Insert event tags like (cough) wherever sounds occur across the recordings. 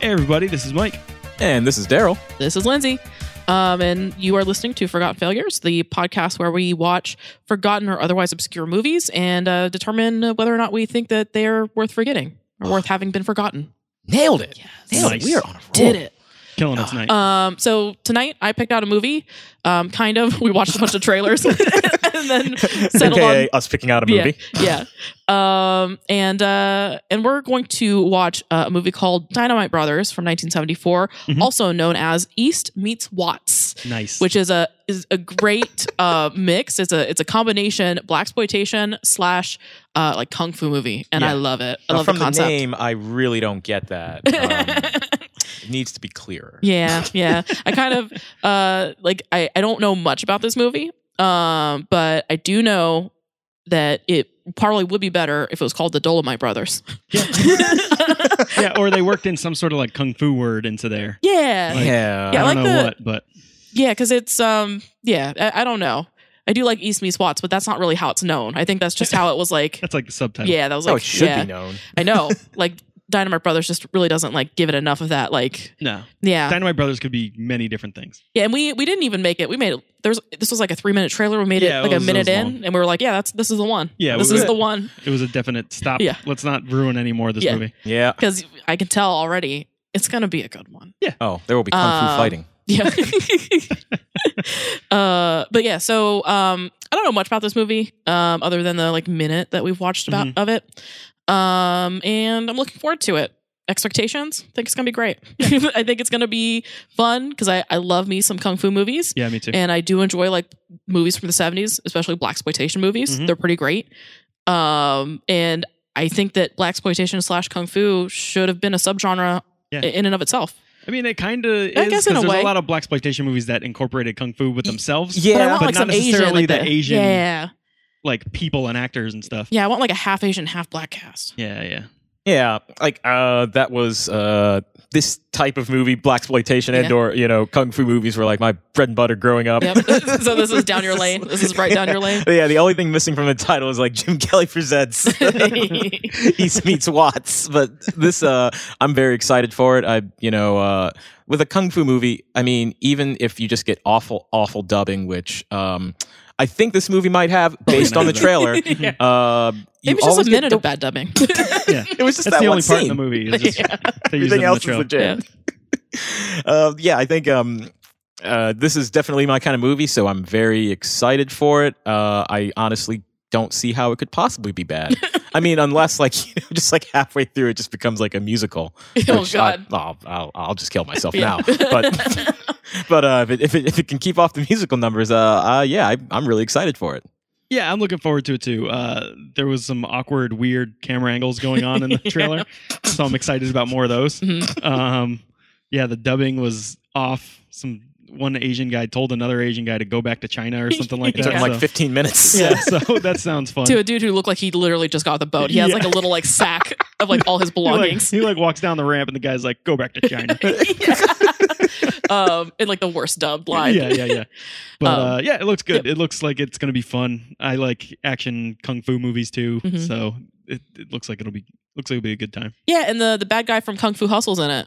Hey everybody, this is Mike. And this is Daryl. This is Lindsay. Um, and you are listening to Forgotten Failures, the podcast where we watch forgotten or otherwise obscure movies and uh, determine whether or not we think that they are worth forgetting or worth having been forgotten. Nailed it. Nailed Nice. it. We are on a roll. Did it. Killing it (laughs) tonight. Um, so tonight I picked out a movie, um, kind of. (laughs) We watched a bunch of trailers (laughs) and then settled on AKA us picking out a movie. yeah. yeah. Um, and uh, and we're going to watch uh, a movie called Dynamite Brothers from 1974, Mhm. also known as East Meets Watts, nice. which is a is a great (laughs) uh, mix. It's a it's a combination black exploitation slash uh, like kung fu movie, and Yeah. I love it. I Now, love from the concept. (laughs) name, I really don't get that. Um, it needs to be clearer. Yeah, yeah. I kind of uh like I, I don't know much about this movie. Um, but I do know that it probably would be better if it was called the Dolomite Brothers. (laughs) yeah, or they worked in some sort of like kung fu word into there. (laughs) yeah. Yeah. Yeah, I don't like know the- what, but Yeah, because it's um yeah, I, I don't know. I do like East Meets Watts, but that's not really how it's known. I think that's just how it (laughs) was like that's like the subtitle. Yeah, that was So like it should yeah. be known. I know. (laughs) Like Dynamite Brothers just really doesn't like give it enough of that like No. yeah. Dynamite Brothers could be many different things. Yeah, and we we didn't even make it. We made it. There's this was like a three minute trailer. We made Yeah, it it like was- a it minute was in, long. and we were like, "Yeah, that's this is the one. Yeah, this we is were- the one." It was a definite stop. Yeah. Let's not ruin any more of this Yeah. movie. Yeah. Because I can tell already, it's gonna be a good one. Oh, there will be kung fu Um, fighting. Yeah. (laughs) uh, but yeah, so um, I don't know much about this movie, um, other than the like minute that we've watched about Mm-hmm. of it. Um, and I'm looking forward to it. Expectations? I think it's gonna be great. (laughs) I think it's gonna be fun because I I love me some kung fu movies. Yeah, me too. and I do enjoy like movies from the 70s, especially black exploitation movies. Mhm. They're pretty great. Um, and I think that black exploitation slash kung fu should have been a subgenre Yeah. in and of itself. I mean, it kind of is. guess 'cause in a there's way. a lot of black exploitation movies that incorporated kung fu with themselves. yeah, but I want but like not some Asian, necessarily like the Asian- Yeah, Like people and actors and stuff. yeah. I want like a half Asian, half black cast. Yeah, yeah. Yeah, like uh, that was uh, this type of movie, black exploitation and Yeah. or you know kung fu movies were like my bread and butter growing up. Yep. (laughs) so this is down your lane. This is right down (laughs) your lane. Yeah, the only thing missing from the title is like Jim Kelly (laughs) presents (laughs) East meets Watts. But this, uh, I'm very excited for it. I, you know, uh, with a kung fu movie, I mean, even if you just get awful, awful dubbing, which um, I think this movie might have based on the trailer. (laughs) Yeah. Uh, you Maybe it's just always a get minute dub- of bad dubbing. Yeah. It was just That's that the one only part in scene. the movie. (laughs) Is just, Yeah. Oh, they use it in Everything the else is trailer. legit. (laughs) Uh, yeah, I think um, uh, this is definitely my kind of movie, so I'm very excited for it. Uh, I honestly don't see how it could possibly be bad. I mean, unless like (laughs) you know, just like halfway through, it just becomes like a musical. (laughs) oh which I, God. I'll, I'll I'll just kill myself (laughs) Yeah. now. But but uh, if, it, if it if it can keep off the musical numbers, uh, uh yeah, I, I'm really excited for it. Yeah, I'm looking forward to it too. Uh, there was some awkward, weird camera angles going on (laughs) in the Yeah. trailer, so I'm excited about more of those. Mhm. Um, yeah, the dubbing was off. Some one Asian guy told another Asian guy to go back to China or something like It that. took (laughs) Yeah. like so- 15 minutes. (laughs) yeah, so that sounds (laughs) fun. To a dude who looked like he literally just got off the boat. He has Yeah. like a little like sack of like all his he like, (laughs) belongings. he like walks down the ramp and the guy's like, "Go back to (laughs) China." um, in like the worst dubbed line. Yeah, yeah, (laughs) yeah. But Um, uh, yeah, it looks good. It looks like it's gonna be fun. I like action kung fu movies too, Mhm. so it, it looks like it'll be looks like it'll be a good time. Yeah, and the the bad guy from Kung Fu Hustle's in it,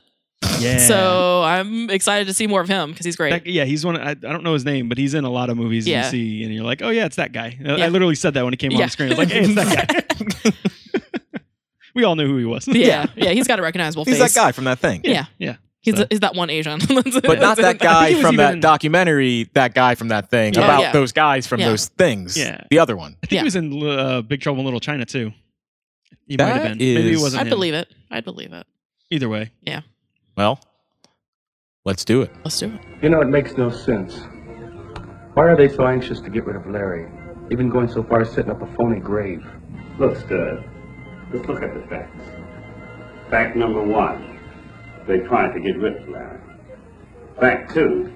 Yeah. so I'm excited to see more of him because he's great. That- yeah, he's one. I, I don't know his name, but he's in a lot of movies. and Yeah. You see, and you're like, oh yeah, it's that guy. I- Yeah. I literally said that when he came on Yeah. the screen. I was like, hey, it's that guy. (laughs) we all knew who he was. yeah, yeah, he's got a (laughs) recognizable He's face. that guy from that thing. Yeah, yeah. He's, So- he's that one Asian, (laughs) but not that he guy was from that even- documentary. That guy from that thing Yeah. about Yeah. those guys from Yeah. those things. Yeah. the other one. I think Yeah. he was in uh, Big Trouble in Little China too. He might That have been. Maybe is- it wasn't. I him. believe it. I believe it. Either way, Well, let's do it. Let's do it. You know, it makes no sense. Why are they so anxious to get rid of Larry? Even going so far as setting up a phony grave. Look, Stud, let's look at the facts. Fact number one, they tried to get rid of Larry. Fact two,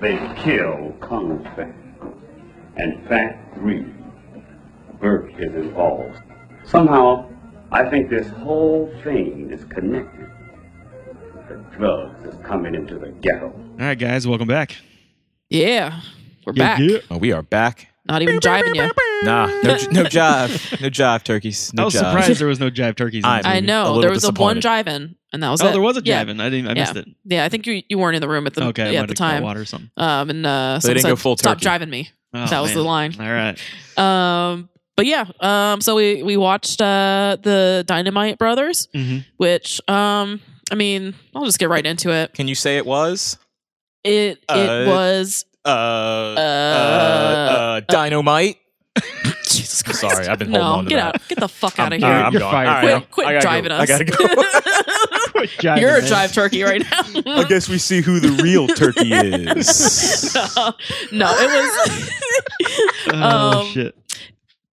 they killed Colonel Fang. And fact three, Burke is involved. Somehow, I think this whole thing is connected. The drugs is coming into the ghetto. all right, guys, welcome back. Yeah, we're back. Yeah, yeah. Well, we are back. Not even jiving you. Nah, no, j- (laughs) no jive, no jive turkeys. I No was jive. surprised there was no jive turkeys. in I'm- this I movie. A know little there was a one disappointed. jive-in, and that was Oh, it. there was a jive Yeah. in. I didn't. I Yeah. missed it. Yeah, I think you, you weren't in the room at the okay, I yeah, wanted at the to call time. water or something. Um, and uh, They didn't someone go said, full "Stop turkey." driving me." Oh, that was man. the line. All (laughs) right. Um, but yeah, um, so we we watched uh the Dynamite Brothers, Mhm. which um, I mean, I'll just get right into it. Can you say it was? It Uh, it was Uh, uh, uh, uh, dynamite. Jesus Christ. Sorry, I've been no, holding on to get that. out, get the fuck out I'm- of here. uh, I'm You're gone. fired. All right, quit I'm- quit I gotta driving go. us. I gotta go. (laughs) You're a drive turkey right (laughs) now. guess we see who the real turkey is. (laughs) no, it was Oh (laughs) Um, shit.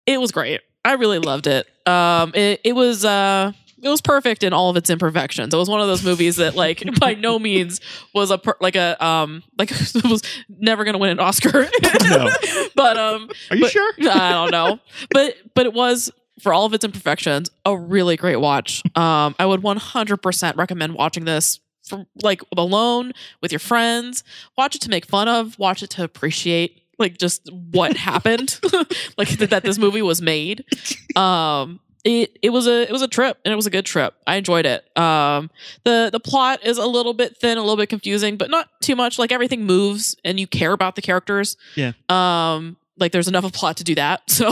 it was great. I really loved it. Um, it it was uh, it was perfect in all of its imperfections. It was one of those movies (laughs) that like by no means was a per- like a um like (laughs) it was never gonna win an Oscar. No. (laughs) but um, Are you but- sure? (laughs) I don't know, but but it was for all of its imperfections a really great watch. Um, I would one hundred percent recommend watching this. For, like alone with your friends, watch it to make fun of, watch it to appreciate like just what happened, (laughs) like that, that this movie was made. Um, it it was a it was a trip and it was a good trip. I enjoyed it. Um, the the plot is a little bit thin, a little bit confusing, but not too much. Like everything moves and you care about the characters. Yeah. Um, like there's enough of plot to do that. (laughs) So,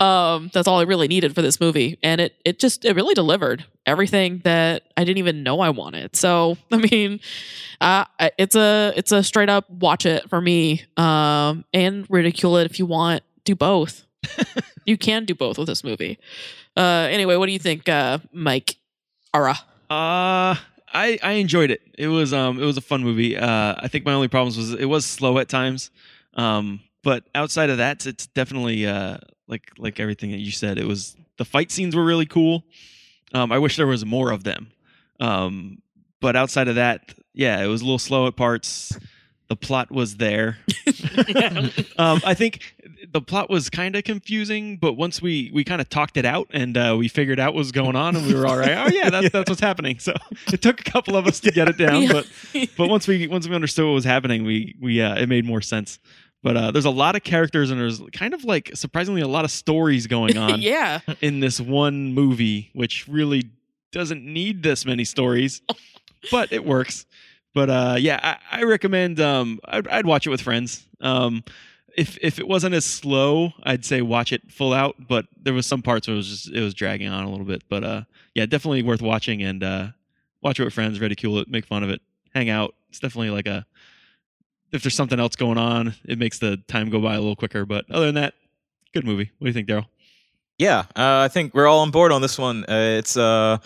um, that's all I really needed for this movie, and it it just it really delivered everything that I didn't even know I wanted. So, (laughs) I mean, uh, I- it's a it's a straight up watch it for me. Um, and ridicule it if you want. Do (laughs) both. you can do both with this movie. Uh, anyway, what do you think, uh, Mike? Ara. Uh I I enjoyed it. It was um it was a fun movie. Uh I think my only problems was it was slow at times. Um but outside of that it's definitely uh like like everything that you said it was the fight scenes were really cool. Um I wish there was more of them. Um but outside of that, yeah, it was a little slow at parts. The plot was (laughs) there. um, I think the plot was kind of confusing, but once we we kind of talked it out and uh, we figured out what was going on, and we were all right. Oh (laughs) yeah, that's that's what's happening. So it took a couple of us to get it down, Yeah. but but once we once we understood what was happening, we we uh, it made more sense. But uh, there's a lot of characters, and there's kind of like surprisingly a lot of stories going on yeah. in this one movie, which really doesn't need this many stories, but it works. But uh, yeah, I, I recommend. Um, I'd, I'd watch it with friends. Um, if if it wasn't as slow, I'd say watch it full out. But there was some parts where it was just it was dragging on a little bit. But uh, yeah, definitely worth watching and uh, watch it with friends, ridicule it, make fun of it, hang out. It's definitely like a if there's something else going on, it makes the time go by a little quicker. But other than that, good movie. What do you think, Daryl? (laughs) yeah, uh, I think we're all on board on this one. Uh, it's uh,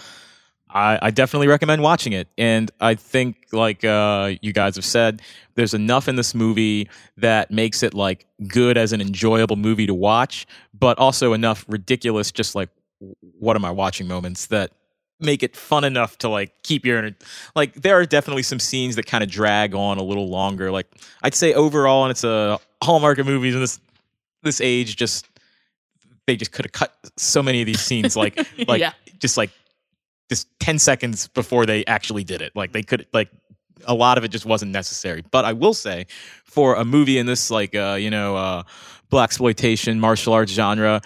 I, I definitely recommend watching it, and I think like uh, you guys have said, there's enough in this movie that makes it like good as an enjoyable movie to watch, but also enough ridiculous, just like w- what am I watching moments that make it fun enough to like keep your like there are definitely some scenes that kind of drag on a little longer like i'd say overall and it's a hallmark of movies in this this age just they just could have cut so many of these scenes like like Yeah. just like just 10 seconds before they actually did it like they could like a lot of it just wasn't necessary but i will say for a movie in this like uh you know uh black exploitation martial arts genre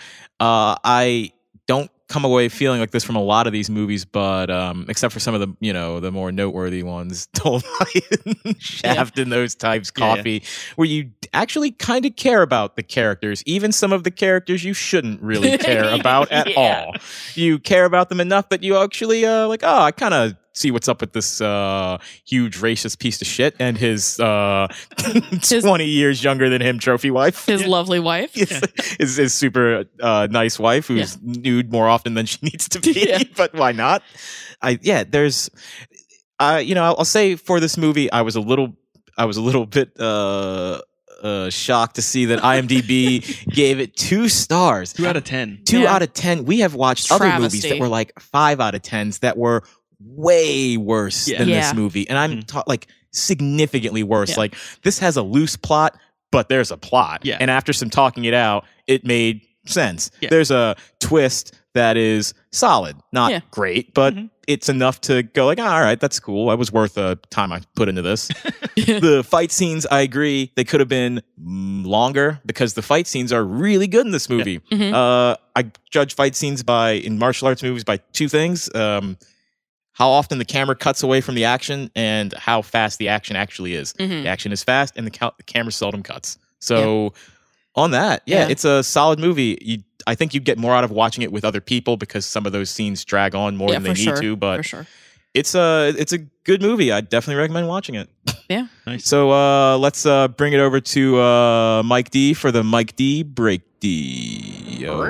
uh i don't come away feeling like this from a lot of these movies but um except for some of the you know the more noteworthy ones (laughs) Dolomite, shaft and those types Yeah, yeah. coffee where you actually kind of care about the characters, even some of the characters you shouldn't really care about at Yeah. all. You care about them enough that you actually uh, like, oh, I kind of see what's up with this uh, huge racist piece of shit and his uh, (laughs) 20 years younger than him trophy wife. His lovely (laughs) wife. Is, is his super uh, nice wife who's nude more often than she needs to be, (laughs) Yeah. but why not? I yeah, there's, I you know, I'll, I'll say for this movie, I was a little, I was a little bit uh, uh, shocked to see that (laughs) IMDb gave it two stars, Two out of ten. two Yeah. out of ten. We have watched other movies that Travesty. were like five out of tens that were way worse Yeah. than Yeah. Mm. this movie, and I'm Mhm. ta- like significantly worse. Yeah. Like this has a loose plot, but there's a plot, Yeah. and after some talking it out, it made sense. Yeah. There's a twist that is solid, not Yeah. great, but Mhm. it's enough to go like, "Ah, all right, that's cool. I was worth the time I put (laughs) into this. the fight scenes, I agree, they could have been mm, longer because the fight scenes are really good in this movie. Mm-hmm. Mhm. Uh, I judge fight scenes by in martial arts movies by two things: um, how often the camera cuts away from the action, and how fast the action actually is. Mhm. The action is fast, and the, ca- the camera seldom cuts. So, on that, yeah, Yeah. it's a solid movie. You, I think you get more out of watching it with other people because some of those scenes drag on more Yeah, than they for need sure. to. But for sure. it's a it's a good movie. I definitely recommend watching it. (laughs) Nice. So uh, let's uh, bring it over to uh, Mike D for the Mike D break D. Oh,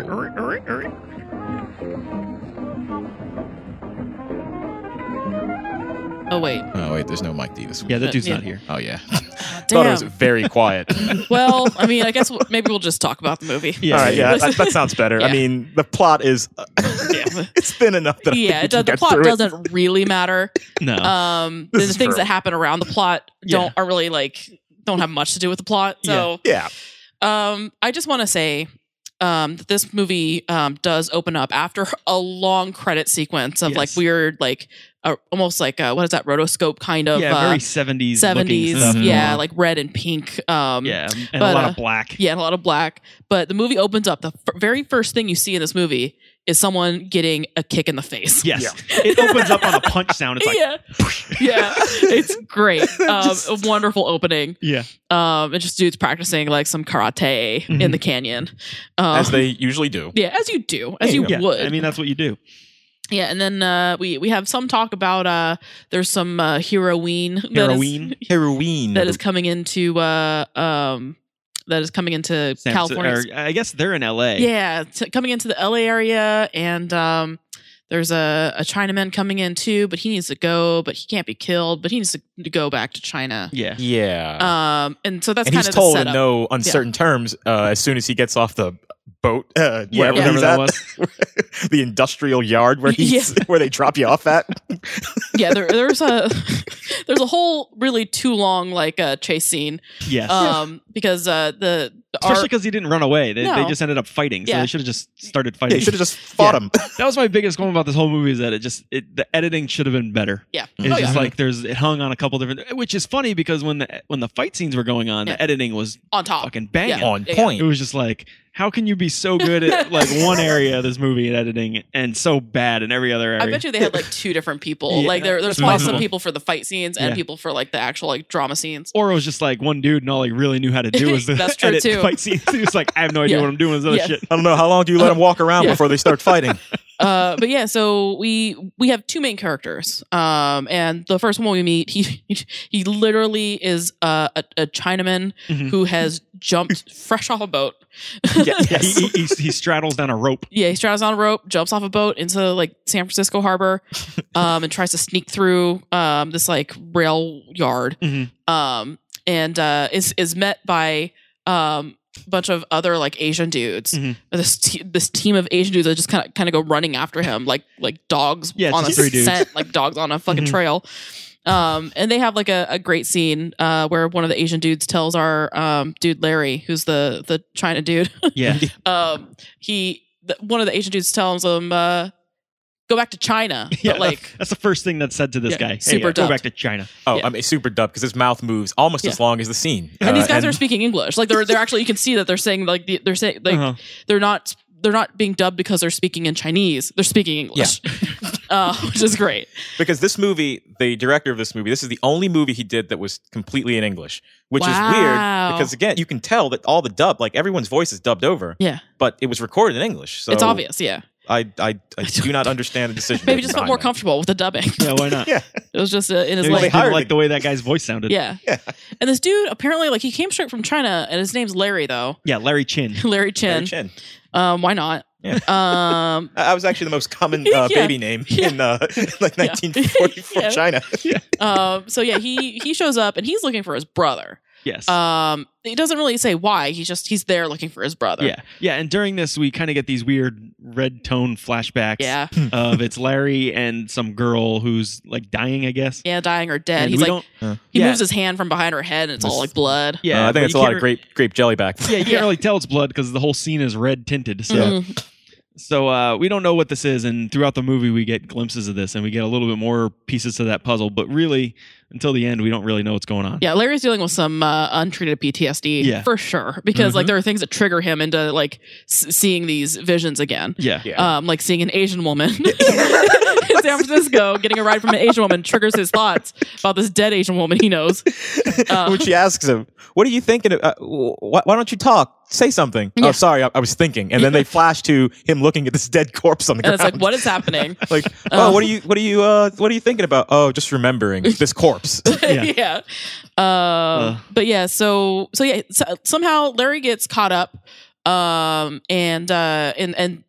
Oh wait. Oh wait, there's no Mike D this week. yeah, that dude's Yeah. not here. Oh yeah. (laughs) Thought it Damn. was very (laughs) quiet. well, I mean, I guess we'll- maybe we'll just talk about the movie. Yeah. All right, yeah, that, that (laughs) sounds better. I Yeah. mean, the plot is Yeah. (laughs) it's thin enough that I yeah, think it we does, can the get plot through it. doesn't (laughs) really matter. No. Um, This the is things true. that happen around the plot don't Yeah. are really like don't have much to do with the plot. So Yeah, um, I just want to say um, that this movie um, does open up after a long credit sequence of like Yes. weird, like uh, almost like uh what is that rotoscope kind of yeah, uh, very seventies. 70s, Stuff. Mhm. yeah, like red and pink. Um, Mm-hmm. Yeah, and But, a lot uh, of black. Yeah, and a lot of black. But the movie opens up. The f- very first thing you see in this movie is someone getting a kick in the face. Yes. (laughs) It opens up on a punch sound. It's like (laughs) yeah, yeah, it's (laughs) great. Um, a wonderful opening. Yeah. Um, and just dudes practicing like some karate in Mhm. the canyon. Um, as they usually (laughs) do. yeah, as you do, as you Yeah, would. I mean, that's what you do. yeah, and then uh, we we have some talk about uh, there's some uh, heroine that is- (laughs) Heroine. Heroine. that is coming into uh, um, that is coming into San- er, California. or, I guess they're in L.A. Yeah, t- coming into the LA area, and um, there's a, a Chinaman coming in too, but he needs to go, but he can't be killed, but he needs to, to go back to China. Yeah. yeah. Um, and so that's and kind he's of told the in setup. no uncertain terms uh, as soon as he gets off the boat, uh, Yeah, wherever whatever he's that at, was. (laughs) the industrial yard where he's (laughs) where they drop you off (laughs) at. yeah, there, there's a (laughs) there's a whole really too long like uh, chase scene, Yes. um, because uh, the the (laughs) Especially our, because he didn't run away. They, they No. just ended up fighting. So Yeah. they should have just started They fighting. should have just fought him. (laughs) that was my biggest qualm about this whole movie is that it just it, the editing should have been better. yeah, It's Oh, yeah. just like there's it hung on a couple different, which is funny because when the when the fight scenes were going on, Yeah. the editing was on top. fucking banging. Yeah. On Yeah. It was just like, how can you be so good at (laughs) like one area of this movie and editing, and so bad in every other area? I bet you they had like two different people. Yeah, like there, there's that's probably possible. some people for the fight scenes and Yeah. people for like the actual like drama scenes. or it was just like one dude and all he really knew how to do (laughs) was the That's true, edit too. fight scenes. He was like, I have no idea Yeah. what I'm doing with this other Yeah. shit. I don't know how long do you let him walk around Yeah. before they start (laughs) fighting. uh, but yeah, so we we have two main characters, um, and the first one we meet, he (laughs) he literally is uh, a, a Chinaman Mhm. who has jumped fresh off a boat. yeah, Yeah, he, he, he, he straddles down a (laughs) rope. Yeah, he straddles on a rope, jumps off a boat into like San Francisco (laughs) Harbor, um, and tries to sneak through um, this like rail yard, Mhm. um, and uh, is is met by um, a bunch of other like Asian dudes. Mhm. This te- this team of Asian dudes that just kind of kind of go running after him like like dogs Yeah, it's on a just three dudes. scent, like dogs on a fucking Mhm. trail. Um, and they have like a, a great scene uh, where one of the Asian dudes tells our um, dude Larry, who's the the China dude (laughs) Yeah, um, he th- one of the Asian dudes tells him, uh, "Go back to China." yeah. but like, that's the first thing that's said to this Yeah, guy. super hey, uh, go dubbed. back to China. Oh, Yeah. I mean, super dubbed because his mouth moves almost as long as the scene. and these Uh, guys are speaking English. Like they're they're actually you can see that they're saying like the, they're saying like Uh-huh. they're not they're not being dubbed because they're speaking in Chinese. They're speaking English, (laughs) uh, which is great. because this movie, the director of this movie, this is the only movie he did that was completely in English, which is Wow. weird because again, you can tell that all the dub, like everyone's voice is dubbed over. Yeah. but it was recorded in English, so it's obvious. Yeah, I, I, (laughs) I do not understand the decision. maybe making just felt behind more that. comfortable with the dubbing. Yeah, why not? Yeah. (laughs) It was just uh, in his Maybe they Well, they like. didn't hired like a- the way that guy's voice sounded. Yeah. and this dude apparently like he came straight from China, and his name's Larry though, (laughs) yeah, Larry Chin. Larry Larry Chin. Chin. Um, why not? Yeah. Um, Uh, That was actually the most (laughs) common uh, Yeah. baby name Yeah. (laughs) in uh, (laughs) like 1944 Yeah. China. Uh, um, so yeah, he (laughs) he shows up and he's looking for his brother. Yes. Um, he doesn't really say why. He's just he's there looking for his brother. yeah, yeah, and during this we kind of get these weird red tone flashbacks. (laughs) yeah, of it's Larry and some girl who's like dying, I guess. yeah, dying or dead. And he's we like don't, he yeah. moves his hand from behind her head and it's all This- like blood. yeah, Uh, Uh, I but think it's a you lot can't of re- grape grape jelly back. Yeah, you can't Yeah. really tell it's blood because the whole scene is red tinted. So Mhm. So uh, we don't know what this is, and throughout the movie we get glimpses of this, and we get a little bit more pieces to that puzzle. But really, until the end, we don't really know what's going on. Yeah, Larry's dealing with some uh, untreated PTSD Yeah. for sure because like Mhm. there are things that trigger him into like s- seeing these visions again. Yeah. Yeah. Um, like seeing an Asian woman (laughs) in San Francisco getting a ride from an Asian woman triggers his thoughts about this dead Asian woman he knows. (laughs) Uh. when she asks him, "What are you thinking? Of, uh, why, why don't you talk? Say something." Yeah. Oh, sorry, I, I was thinking, and then (laughs) they flash to him looking at this dead corpse on the And ground. it's like, what is happening? (laughs) (laughs) Like, oh, Um. what are you, what are you, uh, what are you thinking about? Oh, just remembering this (laughs) corpse. (laughs) Yeah. yeah. Uh, But yeah, so so yeah, so, somehow Larry gets caught up, um, and uh, and and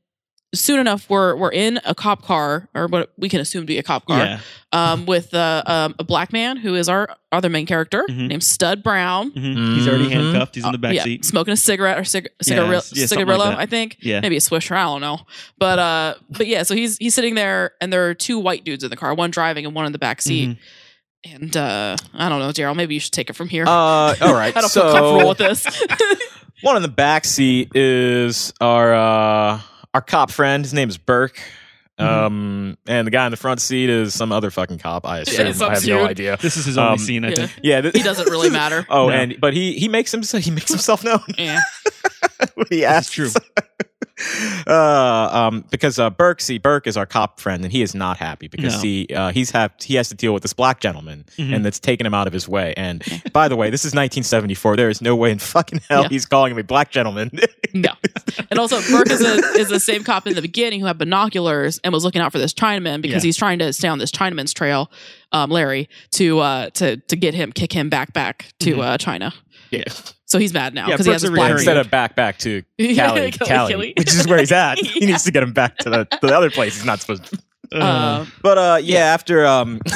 soon enough we're we're in a cop car or what we can assume to be a cop car, Yeah. um, with uh, um, a black man who is our other main character Mhm. named Stud Brown. Mhm. He's already Mhm. handcuffed. He's in the Uh, back yeah, (laughs) seat. smoking a cigarette or cig- cigarilla, yeah, something like cigarillo, that. I think. Yeah. Maybe a Swisher, I don't know. But uh, but yeah, so he's he's sitting there, and there are two white dudes in the car, one driving and one in the back seat. Mhm. And uh, I don't know, Daryl. Maybe you should take it from here. Uh, all right. I don't feel comfortable so with this. (laughs) one in the back seat is our uh, our cop friend. His name is Burke. Mm-hmm. Um, and the guy in the front seat is some other fucking cop. I assume. some I have no dude. idea. This is his only Um, scene, I yeah. think. Yeah, th- he doesn't (laughs) really matter. Oh, No. and but he he makes himself he makes himself known. (laughs) Yeah. when he That's asks. true. (laughs) uh, um, because uh, Burke, see, Burke is our cop friend, and he is not happy because No. he uh, he's have he has to deal with this black gentleman, Mhm. and that's taken him out of his way. And by the way, this is 1974. There is no way in fucking hell Yeah. he's calling him a black gentleman. (laughs) No. And also, Burke is, a, is the same cop in the beginning who had binoculars and was looking out for this Chinaman because Yeah. he's trying to stay on this Chinaman's trail, um, Larry, to uh, to to get him, kick him back back to uh, China. Yeah. So he's mad now Mm-hmm. Yeah, because he Burke's has his a black recurring- Instead setup. of back back (laughs) to (laughs) Yeah, Cali, Cali, Cali, Cali. which is where he's (laughs) at. He Yeah. needs to get him back to the, to the other place he's not supposed to. Uh, (laughs) But uh, yeah, after um, (laughs)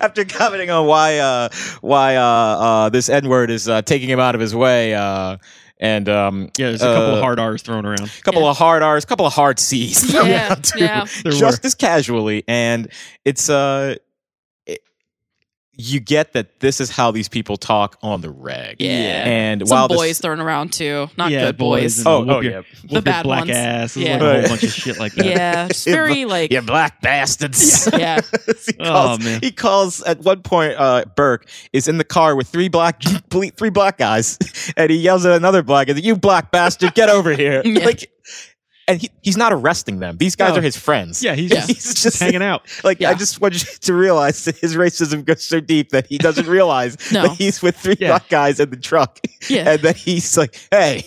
after commenting on why uh, why uh, uh, this N word is uh, taking him out of his way, uh, and um, yeah, there's a couple uh, of hard R's thrown around. couple Yeah. of hard R's, couple of hard C's, thrown (laughs) Yeah, (laughs) out, too, yeah. There just as casually, and it's uh, it, you get that this is how these people talk on the reg, Yeah. and some while this- boys thrown around too. Not Yeah, good boys. boys and- oh, Whoop oh your- yeah, Whoop your bad black ones. ass. There's, Yeah. like a Right. whole bunch of shit like (laughs) that. (laughs) yeah. It's very like. you black bastards. (laughs) yeah. (laughs) he, Oh, calls, man. he calls at one point uh, Burke is in the car with three black (laughs) ble- three black guys (laughs) and he yells at another black guy, you black bastard get over here (laughs) Yeah. like and he, he's not arresting them these guys No. are his friends Yeah, he's Yeah. just (laughs) he's just hanging (laughs) out. (laughs) like Yeah. I just want you to realize that his racism goes so deep that he (laughs) doesn't realize No. that he's with three Yeah. black guys in the truck (laughs) (laughs) Yeah. and that he's like hey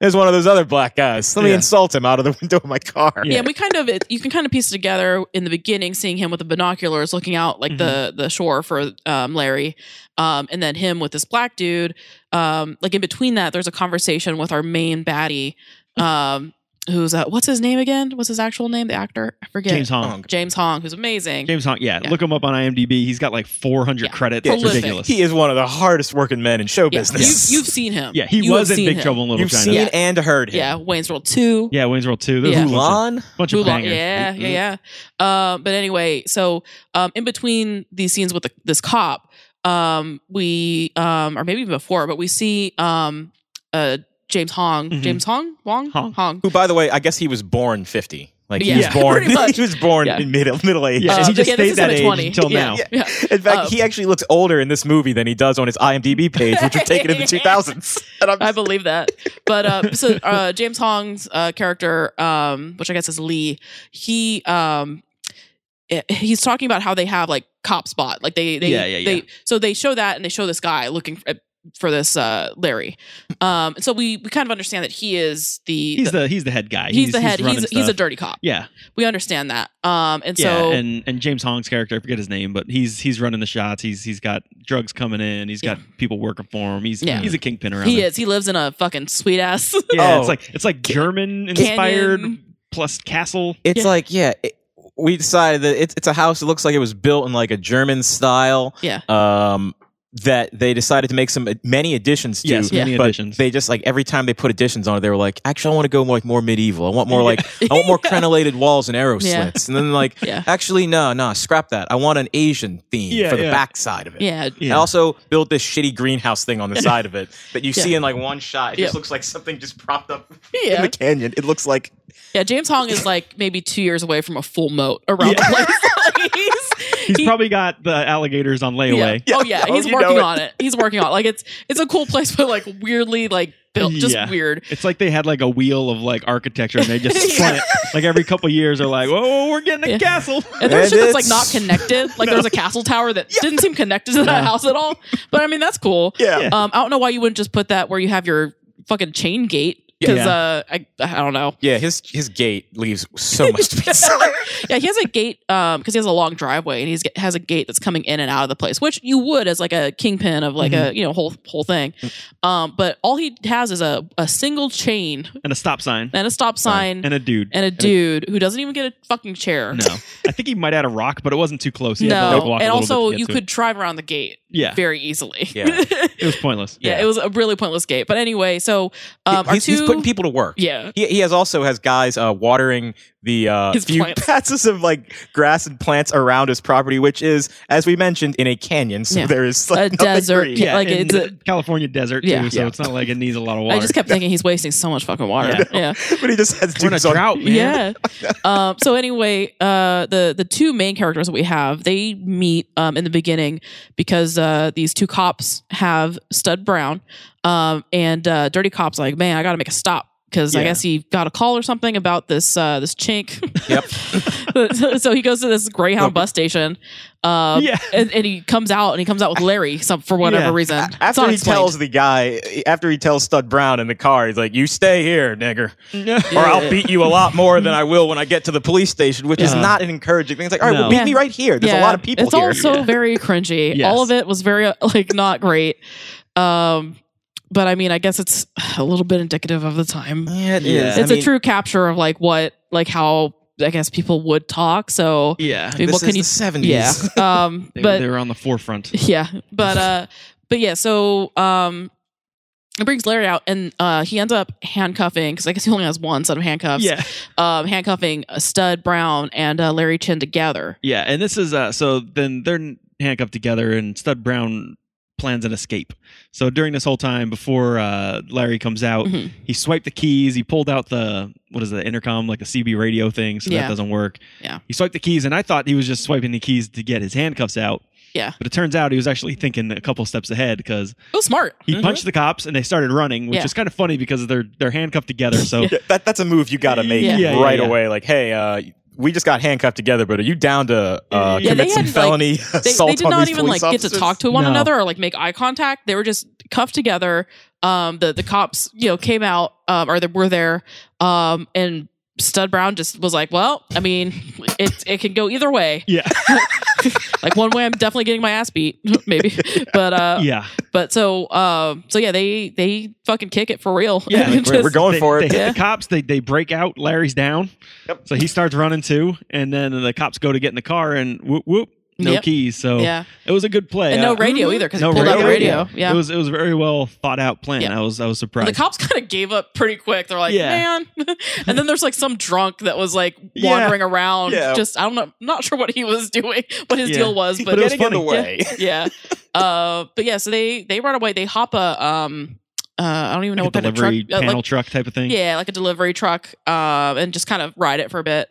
there's one of those other black guys let me Yeah. insult him out of the (laughs) window of my car Yeah, we kind of it, you can kind of piece it together in the beginning, seeing him with the binoculars looking out like Mm-hmm. the the shore for um, Larry, um, and then him with this black dude. Um, like in between that, there's a conversation with our (laughs) main baddie, um, who's uh, what's his name again? What's his actual name? The actor I forget. James Hong. Hong. James Hong, who's amazing. James Hong. Yeah, Oh, Yeah. look him up on IMDb. He's got like 400 Yeah. credits. Yeah, It's prolific. ridiculous. he is one of the hardest working men in show Yeah, business You, have seen him. yeah, he um, You was in have seen Big him. Trouble in Little You've China. seen Yeah. and heard him. Yeah, Wayne's World Two. Yeah, Mm-hmm. Wayne's World 2. There's Yeah. a whole bunch Mulan. of, bunch of Mulan, bangers. Yeah, yeah, yeah. Um, but anyway, so um, in between these scenes with the, this cop, um, we um, or maybe even before, but we see um, uh, James Hong, Mhm. James Hong, Wong, Hong. Who, by the way, I guess he was born fifty. Like he Yeah. (laughs) was born. Pretty (laughs) much. he was born Yeah. in middle middle age. Yeah, (laughs) Uh, he just yeah, this stayed is in that the age 20. until Yeah. now. Yeah. Yeah. In fact, Um, he actually looks older in this movie than he does on his IMDb page, which was taken in (laughs) the two thousands. And I'm I believe that. But uh, so uh, James Hong's uh, character, um, which I guess is Lee, he um, eh, he's talking about how they have like cop spot, like they they Yeah, yeah, yeah. they so they show that and they show this guy looking for, for this uh, Larry. Um, so we we kind of understand that he is the He's the he's the head guy. he's, the head. He's running he's, a stuff. dirty cop. Yeah, We understand that. Um, and yeah, so and and James Hong's character, I forget his name, but he's he's running the shots. He's he's got drugs coming in. He's got people working for him. He's Yeah. he's a kingpin around. he there. is. He lives in a fucking sweet ass. (laughs) Yeah, Oh. it's like it's like German inspired Canyon. plus castle. It's Yeah. like yeah. It, we decided that it's it's a house that looks like it was built in like a German style. Yeah. Um, that they decided to make some uh, many additions to. Yes, many but additions. They just like every time they put additions on it, they were like, actually, I want to go more like more medieval. I want more like I (laughs) want more crenellated walls and arrow Yeah. slits. (laughs) And then like, Yeah. actually, no, no, scrap that. I want an Asian theme Yeah, for the yeah. backside of it. Yeah. Yeah. And also build this shitty greenhouse thing on (laughs) the side of it that you Yeah. see in like one shot. It just Yeah. looks like something just propped up (laughs) in Yeah. the canyon. It looks like Yeah. James Hong is like maybe two years away from a full moat around the place. (laughs) Like, he's, He's he- probably got the alligators on layaway. Yeah. Oh yeah, Oh, he's you know working it. on it. He's working on it. Like it's it's a cool place, but like weirdly like built, just Yeah. weird. It's like they had like a wheel of like architecture and they just (laughs) spun it. Like every couple years they're like, whoa, we're getting a Yeah. castle. (laughs) And there's And shit that's like not it's- connected. Like there was a castle tower that didn't seem connected to that house at all. But I mean that's cool. yeah. Yeah. Um, I don't know why you wouldn't just put that where you have your fucking chain gate because Yeah. uh, I I don't know. Yeah, his his gate leaves so much to be (laughs) desired. Yeah, he has a gate um because he has a long driveway and he's get- has a gate that's coming in and out of the place, which you would as like a kingpin of like Mm-hmm. a you know whole whole thing. Mm. Um, but all he has is a a single chain And a stop sign. and a stop sign. And a dude. and a dude who doesn't even get a fucking chair. no. I think he might add a rock, but it wasn't too close. He had to, No. like, walk and a little bit to also get you to it. could drive around the gate Yeah. very easily. Yeah. (laughs) It was pointless. Yeah, it was a really pointless gate. But anyway, so um, our he's, two, he's putting people to work. yeah, He, he has also has guys uh, watering the uh, His few plants. (laughs) patches of like grass and plants around his property, which is, as we mentioned, in a canyon. So Yeah. there is a like, nothing desert, green. yeah, like in it's. the A, California desert Yeah. too, so Yeah. it's not like it needs a lot of water. I just kept thinking he's wasting so much fucking water. Yeah. but he just has We're in a dudes on- drought, man. (laughs) Yeah. um, so anyway, uh, the the two main characters that we have, they meet um, in the beginning because uh, these two cops have Stud Brown, um, and uh, Dirty Cop's like, man, I got to make a stop because I Yeah. guess he got a call or something about this uh, this chink. Yep. (laughs) so, so he goes to this Greyhound bus station. Um, Yeah. and, and he comes out and he comes out with Larry some for whatever Yeah. reason. It's After he unexplained. tells the guy, after he tells Stud Brown in the car, he's like, "You stay here, nigger, or I'll beat you a lot more than I will when I get to the police station," which is Yeah. not an encouraging thing. It's like, "All right, well, No. beat me right here." There's a lot of people It's here. also (laughs) very cringy. Yes. All of it was very uh, like not great. Um, but I mean, I guess it's a little bit indicative of the time. Yeah, it Yeah. is. I it's a true capture of like what, like how I guess people would talk. So Yeah. I mean, what This can you? is the 70s. Yeah. Um, They, but they were on the forefront. (laughs) yeah, but uh, but yeah. So um, it brings Larry out, and uh, he ends up handcuffing because I guess he only has one set of handcuffs. Yeah. um, handcuffing uh, Stud Brown and uh, Larry Chin together. Yeah, and this is uh so then they're handcuffed together and Stud Brown plans an escape. So during this whole time before uh Larry comes out, Mhm. he swiped the keys, he pulled out the what is it, the intercom, like the CB radio thing, so Yeah. that doesn't work. Yeah. He swiped the keys and I thought he was just swiping the keys to get his handcuffs out. Yeah. But it turns out he was actually thinking a couple steps ahead because It was smart. Mm-hmm. he Mhm. punched the cops and they started running, which Yeah. is kind of funny because they're they're handcuffed together. So (laughs) (laughs) Yeah, that, that's a move you got to make Yeah. Yeah, right yeah, yeah. away. Like, hey, uh, we just got handcuffed together, but are you down to uh, Yeah, commit they some had, like- felony they, assault they did on not these even like police get to officers? talk to one No. another or like make eye contact. They were just cuffed together. Um, the the cops, you know, came out um, or they were there, um, and Stud Brown just was like, "Well, I mean, it it can go (laughs) either way. yeah. Like one way, I'm definitely getting my ass beat, (laughs) maybe, but uh, yeah. (laughs) but so um, so yeah, they they fucking kick it for real. (laughs) Yeah, like, We're, we're going they, for they it. hit Yeah. the cops. They they break out. Larry's down. Yep. So he starts running too, and then the cops go to get in the car, and whoop whoop, no Yep. keys. So yeah, it was a good play, and no Uh, radio either because no pulled out radio. the radio. Yeah, It was it was a very well thought out plan. Yeah. I was I was And surprised. the cops kind of gave up pretty quick. They're like, Yeah. man. (laughs) and then there's like some drunk that was like Yeah. wandering around. Yeah. Just I don't know, not sure what he was (laughs) doing, what his Yeah. deal was, but, But it was Getting in the funny. way. (laughs) yeah. Uh, but yeah, so they they run away. They hop a um, uh, I don't even like know a what kind of truck, delivery uh, panel like, truck type of thing. yeah, like a delivery truck, uh, and just kind of ride it for a bit.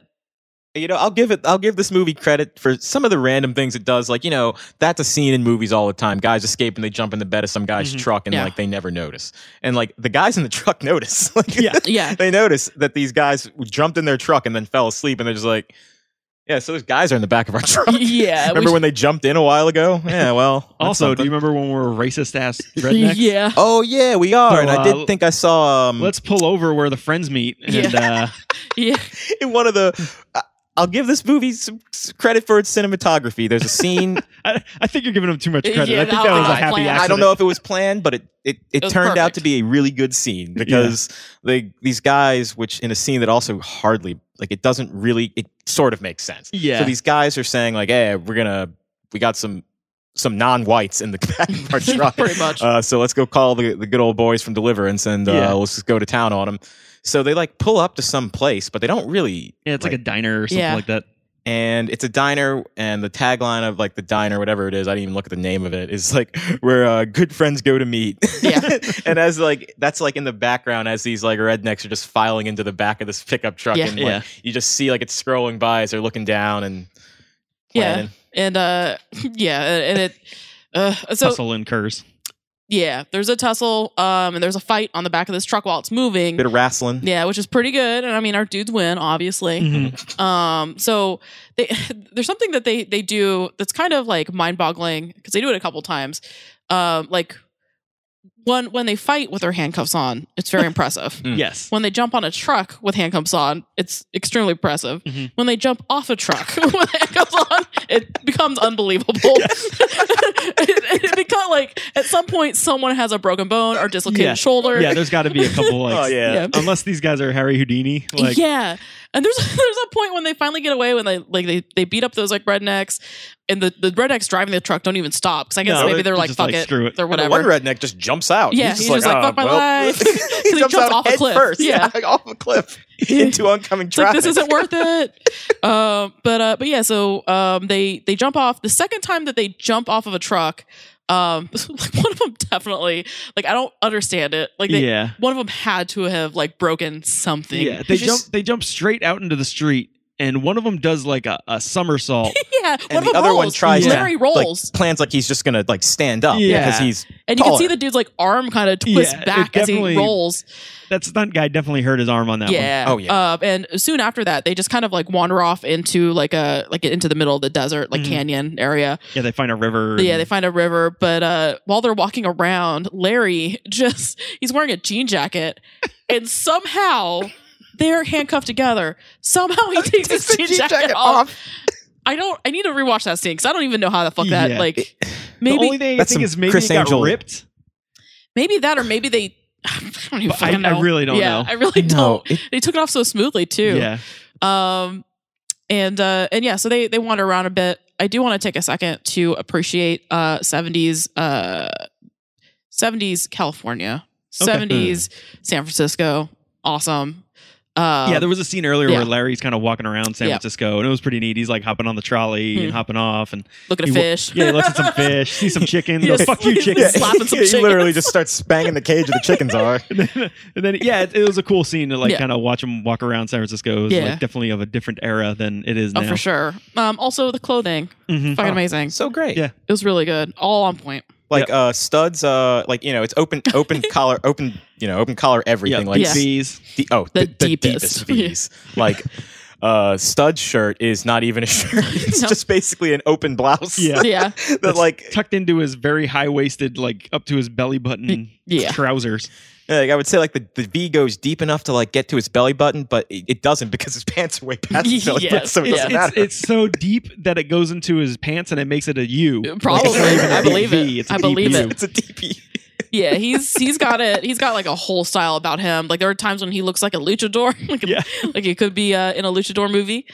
You know, I'll give it. I'll give this movie credit for some of the random things it does. Like, you know, that's a scene in movies all the time. Guys escape and they jump in the bed of some guy's Mhm. truck, and Mm-hmm. Yeah. like they never notice. And like the guys in the (laughs) truck notice. like, Yeah. (laughs) Yeah. (laughs) they notice that these guys jumped in their truck and then fell asleep, and they're just like, "Yeah, so those guys are in the back of our (laughs) truck." yeah. Remember we when they jumped in a while ago? Yeah, well. that's (laughs) Also, do something. you remember when we were racist (laughs) ass should- rednecks? yeah. Oh yeah, we are, So, and I uh, did think I saw um, Let's pull over where the friends meet, and uh, Yeah. (laughs) in one of the. I I'll give this movie some s- credit for its cinematography. There's a scene. I, I think you're giving them too much Yeah, credit. I think that that was a was happy planned. accident. I don't know if it was planned, but it it, it, It was turned out perfect. to be a really good scene because they these guys, which in a scene that also hardly like it doesn't really it sort of makes sense. Yeah. So these guys are saying like, "Hey, we're gonna we got some some non-whites in the (laughs) back (laughs) of our truck. Pretty much. Uh, so let's go call the, the good old boys from Deliverance and uh, Yeah. let's just go to town on them. So they like pull up to some place, but they don't really. Yeah, it's like, like a diner or something Yeah. like that. And it's a diner, and the tagline of like the diner, whatever it is, I didn't even look at the name of it. Is like (laughs) where uh, good friends go to meet. Yeah. (laughs) and as like that's like in the background as these like rednecks are just filing into the back of this pickup truck, Yeah. and like, Yeah. you just see like it's scrolling by as they're looking down and Yeah. planning. and uh (laughs) yeah and it uh so Hustle and curse. yeah there's a tussle um and there's a fight on the back of this truck while it's moving bit of wrestling. yeah which is pretty good and i mean our dudes win obviously um so they (laughs) there's something that they they do that's kind of like mind-boggling because they do it a couple times um like one when they fight with their handcuffs on it's very impressive Mm. Yes. when they jump on a truck with handcuffs on, it's extremely impressive. Mhm. When they jump off a truck (laughs) with handcuffs on, it becomes unbelievable. (laughs) it, it becomes like at some point someone has a broken bone or dislocated Yeah. shoulder. Yeah, there's got to be a (laughs) couple like. Oh yeah. Yeah. Unless these guys are Harry Houdini, like yeah, and there's (laughs) there's a point when they finally get away when they like they, they beat up those like rednecks, and the, the rednecks driving the truck don't even stop because I guess No, maybe they're they're like just fuck like, it screw it. or And the whatever. one redneck just jumps out. Yeah, he's just like, "Ah, fuck (laughs) my life." 'Cause he he jumps jumps out off a head cliff. first. Yeah. like (laughs) off a (laughs) cliff into oncoming It's like traffic. this isn't worth (laughs) it. um, but uh, but yeah, so um, they they jump off the second time that they jump off of a truck. Um, (laughs) like one of them definitely like I don't understand it. Like they, yeah, one of them had to have like broken something. yeah. (laughs) They It's just- jump, they jump straight out into the street, and one of them does like a, a (laughs) somersault. Yeah, And one of the them other rolls. one tries to, Larry Like, rolls, plans like he's just gonna like stand up Yeah. because he's and you can taller. see the dude's like arm kind of twist Yeah, it back as he definitely- rolls. That stunt guy definitely hurt his arm on that yeah. Oh, yeah. Uh, and soon after that, they just kind of like wander off into like a like into the middle of the desert, like Mm. Mhm. canyon area. one. Yeah, they find a river. Yeah, and- they find a river, but uh, while they're walking around, Larry (laughs) just he's wearing a (laughs) jean jacket, and somehow they're handcuffed together. (laughs) Somehow he takes his (laughs) jean, jacket, off. I don't. I need to rewatch that scene because I don't even know how the fuck that Yeah. like. (sighs) the Maybe only thing I That's think some is maybe Criss it got Angel. ripped. maybe that or maybe they. (sighs) I don't even But I- fucking I know. really don't yeah, know. (laughs) I really No, don't. it- They took it off so smoothly too. Yeah, Um, and uh, and yeah, so they they wander around a bit. I do want to take a second to appreciate uh seventies uh seventies California, Okay. seventies San Francisco, awesome. Uh, yeah. There was a scene earlier yeah. where Larry's kind of walking around San Yeah. Francisco, and it was pretty neat. He's like hopping on the trolley and hopping off, and look at a he wa- fish. yeah, he (laughs) looks at some fish, sees some chicken, He goes, just- "Fuck you, he's chicken!" slapping (laughs) some he literally chickens. just starts spanging the cage where the chickens are. (laughs) and then, and then- yeah, it, it was a cool scene to like Yeah. kind of watch him walk around San Francisco. It was Yeah. like definitely of a different era than it is Oh, now. for sure. Um, also the clothing, Mhm. fucking amazing. So great. Yeah. It was really good, all on point. Like uh studs, uh like you know, it's open open (laughs) collar open you know, open collar everything. yeah, like Yeah. bees. the oh The the, the deepest, deepest. (laughs) V's. like uh stud shirt is not even a shirt. (laughs) It's No. just basically an open blouse. Yeah. (laughs) Yeah, (laughs) that like tucked into his very high waisted, like up to his belly button yeah. trousers. Yeah, like I would say like the, the V goes deep enough to like get to his belly button, but it, it doesn't because his (laughs) pants are way past his belly button, Yes, so it yeah. doesn't It's, matter. it's so deep that it goes into his pants and it makes it a U. probably. Like, it's not even a I big believe V, it. it's a I deep believe U. it. It's a E. DP. Yeah, he's he's got it. He's got like a whole style about him. Like there are times when he looks like a luchador, (laughs) like a- Yeah. like he could be uh, in a luchador movie,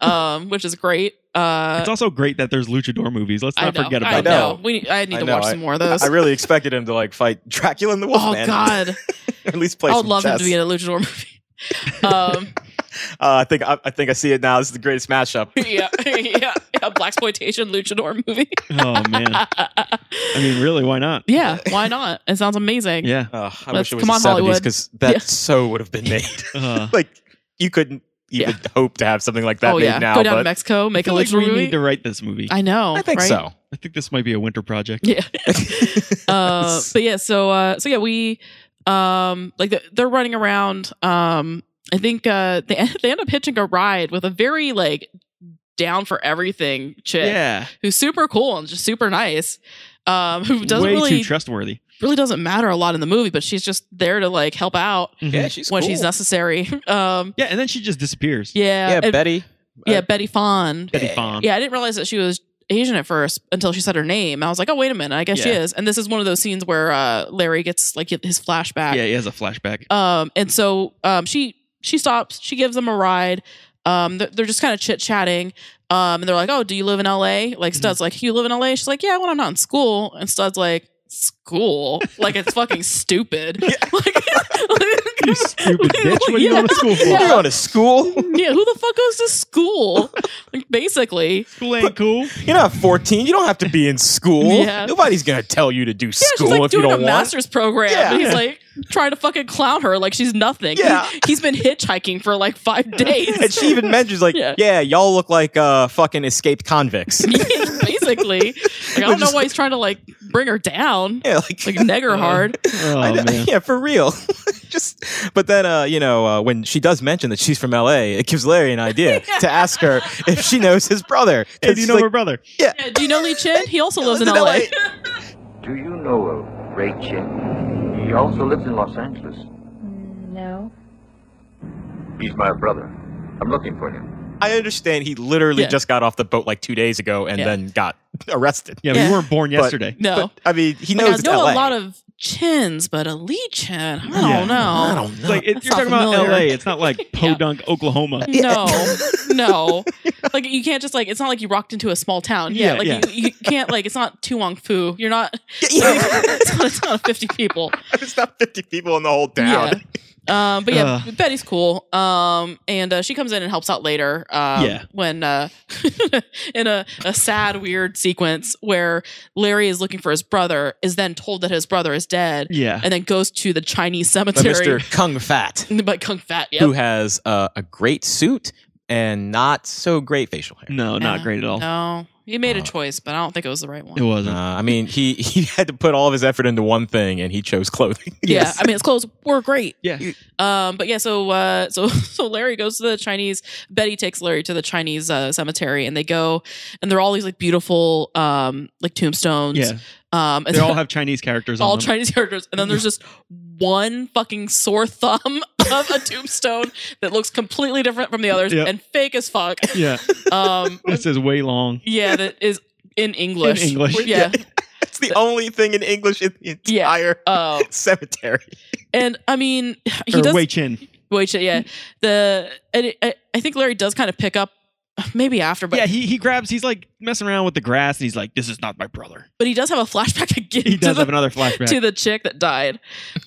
um, which is great. Uh, It's also great that there's luchador movies. Let's I not know, forget about I that. know. We I need I to know, watch I- some more of those. I really expected him to like fight Dracula and the oh Wolfman. God, or (laughs) at least play I would some love him chess. to be in a luchador movie. (laughs) Um, uh, I think I, I think I see it now. This is the greatest (laughs) mashup. yeah, yeah, yeah, black exploitation luchador (laughs) movie. Oh (laughs) man. I mean, really, why not? yeah, why not? It sounds amazing. Yeah. Uh, I Let's- wish it was come the on, 70s Hollywood. because that Yeah. so would have been made. (laughs) (laughs) Uh, like you couldn't even hope to have something like that oh made yeah, now. go down to but Mexico, I make a feel like luchador we movie. need to write this movie. I, I know. I think right? so. think this might be a winter project. Yeah. (laughs) (laughs) uh, but yeah, so uh, so yeah, we um like the, they're running around. Um, I think uh they (laughs) end, they end up hitching a ride with a very like down for everything chick Yeah. who's super cool and just super nice. Um, who doesn't Way really too trustworthy. really doesn't matter a lot in the movie, but she's just there to like help out Mm-hmm. yeah, she's when cool. she's necessary. (laughs) um, Yeah, and then she just disappears. yeah, Yeah, and- Betty. yeah, Betty Fawn. uh, Betty Fom. Yeah, I didn't realize that she was Asian at first until she said her name. I was like, oh wait a minute, I guess she Yeah. is. And this is one of those scenes where uh, Larry gets like his flashback. Yeah, he has a flashback. Um, and so um, she she stops. She gives them a ride. Um, they're, they're just kind of chit chatting. Um, and they're like, "Oh, do you live in L.A.?" Mm-hmm. Like Stud's like, "You live in L.A." She's like, "Yeah, when I'm not in school." And Stud's like, "School? Like (laughs) it's fucking stupid." (laughs) Like, You stupid bitch. What are you going to school for? You're going to school. (laughs) yeah, who the fuck goes to school? Like, basically, School ain't cool. You're not 14. You don't have to be in school. (laughs) Yeah. Nobody's gonna tell you to do yeah, school she's like if you doing don't a want. master's program. Yeah. And he's like trying to fucking clown her like she's nothing. Yeah. He- he's been hitchhiking for like five days. (laughs) And she even mentions like, (laughs) Yeah. yeah, y'all look like uh, fucking escaped convicts. (laughs) Yeah, basically, like, I don't know just- why he's trying to like bring her down, (laughs) yeah, like, like neg her hard. Oh, I (laughs) know- man. (laughs) yeah, for real. Just, but then uh, you know uh, when she does mention that she's from L.A., it gives Larry an idea to ask her if she knows his brother. Hey, 'Cause do you she's know like, her brother? Yeah, do you know Lee Chin? He also lives in lives in LA. LA. Do you know of Ray Chin? He also lives in Los Angeles. No. He's my brother. I'm looking for him. I understand he literally Yeah. just got off the boat like two days ago and Yeah. then got (laughs) arrested. Yeah, but Yeah. you weren't born yesterday. No. But, I mean, he Like, knows I know LA. a lot of chins, but a Lee Chin, I don't Yeah. know. I don't know. It's like it, That you're talking sounds about familiar. L.A. It's not (laughs) like Podunk, Oklahoma. No, no. Like you can't just like it's not like you rocked into a small town. Yeah, Yeah, like yeah. You, you can't like it's not Tu Wong Fu. You're not. (laughs) it's, not it's not fifty people. (laughs) There's not 50 people in the whole town. (laughs) Yeah. Um, but yeah, Ugh. Betty's cool. Um, and uh, she comes in and helps out later. Um, Yeah. When uh, (laughs) in a, a sad, weird sequence where Larry is looking for his brother, is then told that his brother is dead, Yeah. and then goes to the Chinese But cemetery. Mr. Kung Fat, (laughs) But Kung Fat, yeah. who has uh, a great suit and not so great facial hair. No, not Uh, great at all. No, he made a Uh, choice, but I don't think it was the right one. It Uh, wasn't. I mean, he, he had to put all of his effort into one thing, and he chose clothing. (laughs) Yeah, I mean, his clothes were great. Yeah. Um, but yeah, so uh, so (laughs) so Larry goes to the Chinese. Betty takes Larry to the Chinese uh, cemetery, and they go, and they're all these like beautiful, um, like tombstones. Yeah, Um, and they all have Chinese characters on (laughs) all them. Chinese characters, and then there's just one fucking sore thumb (laughs) of a tombstone that looks completely different from the others Yeah. and fake as fuck. (laughs) yeah, Um, this is way long. yeah, that is in English. English. yeah. it's the only thing in English in the Yeah. entire Uh, cemetery. and I mean, he or does Wei Chin. Wait, shit, yeah. The and it, I, I think Larry does kind of pick up maybe after, but yeah, he, he grabs. He's like messing around with the grass, and he's like, "This is not my brother." but he does have a flashback (laughs) again He to, does the, have another flashback. to the chick that died.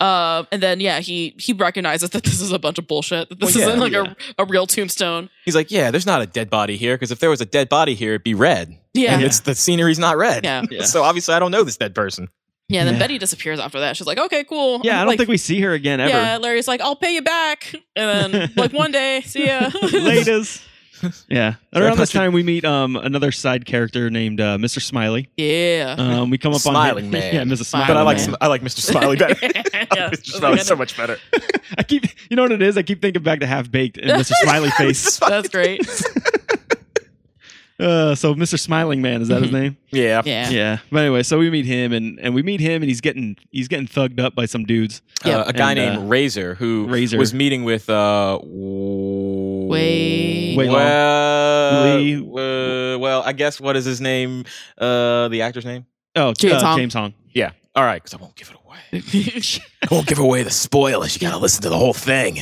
Um, and then yeah, he he recognizes that this is a bunch of bullshit. That this Well, yeah, isn't like yeah. a, a real tombstone. He's like, yeah, there's not a dead body here, because if there was a dead body here, it'd be red. Yeah, And yeah. it's the scenery's not red. Yeah. (laughs) Yeah. So obviously, I don't know this dead person. and then Yeah. Betty disappears after that. She's like, okay, cool. yeah, I don't Like, think we see her again ever. Yeah, Larry's like, I'll pay you back, (laughs) and then like one day, see ya. Laters. Yeah. Sorry, Around this Patrick. time, we meet um, another side character named uh, Mr. Smiley. (laughs) Yeah. Um, we come up Smiling on (laughs) man. yeah, Mrs. Smiley. But I like Man. (laughs) Smiling I like Mr. Smiley better. (laughs) (laughs) Yeah. Mr. Smiley so much better. I keep, you know what it is? I keep thinking back to Half Baked and (laughs) Mr. Smiley Face. That's great. (laughs) Uh, so Mr. Smiling Man is that his name? Yeah. Yeah. Yeah. But anyway, so we meet him and and we meet him and he's getting he's getting thugged up by some dudes. Yeah. Uh, a guy And, named uh, Razor who Razor. was meeting with uh w- Wei- Wei Long. well, Lee- uh, well, I guess what is his name? Uh, the actor's name? Oh, James uh, Hong. James Hong. Yeah. All right, because I won't give it Uh, away. (laughs) I won't give away the spoilers. You gotta listen to the whole thing.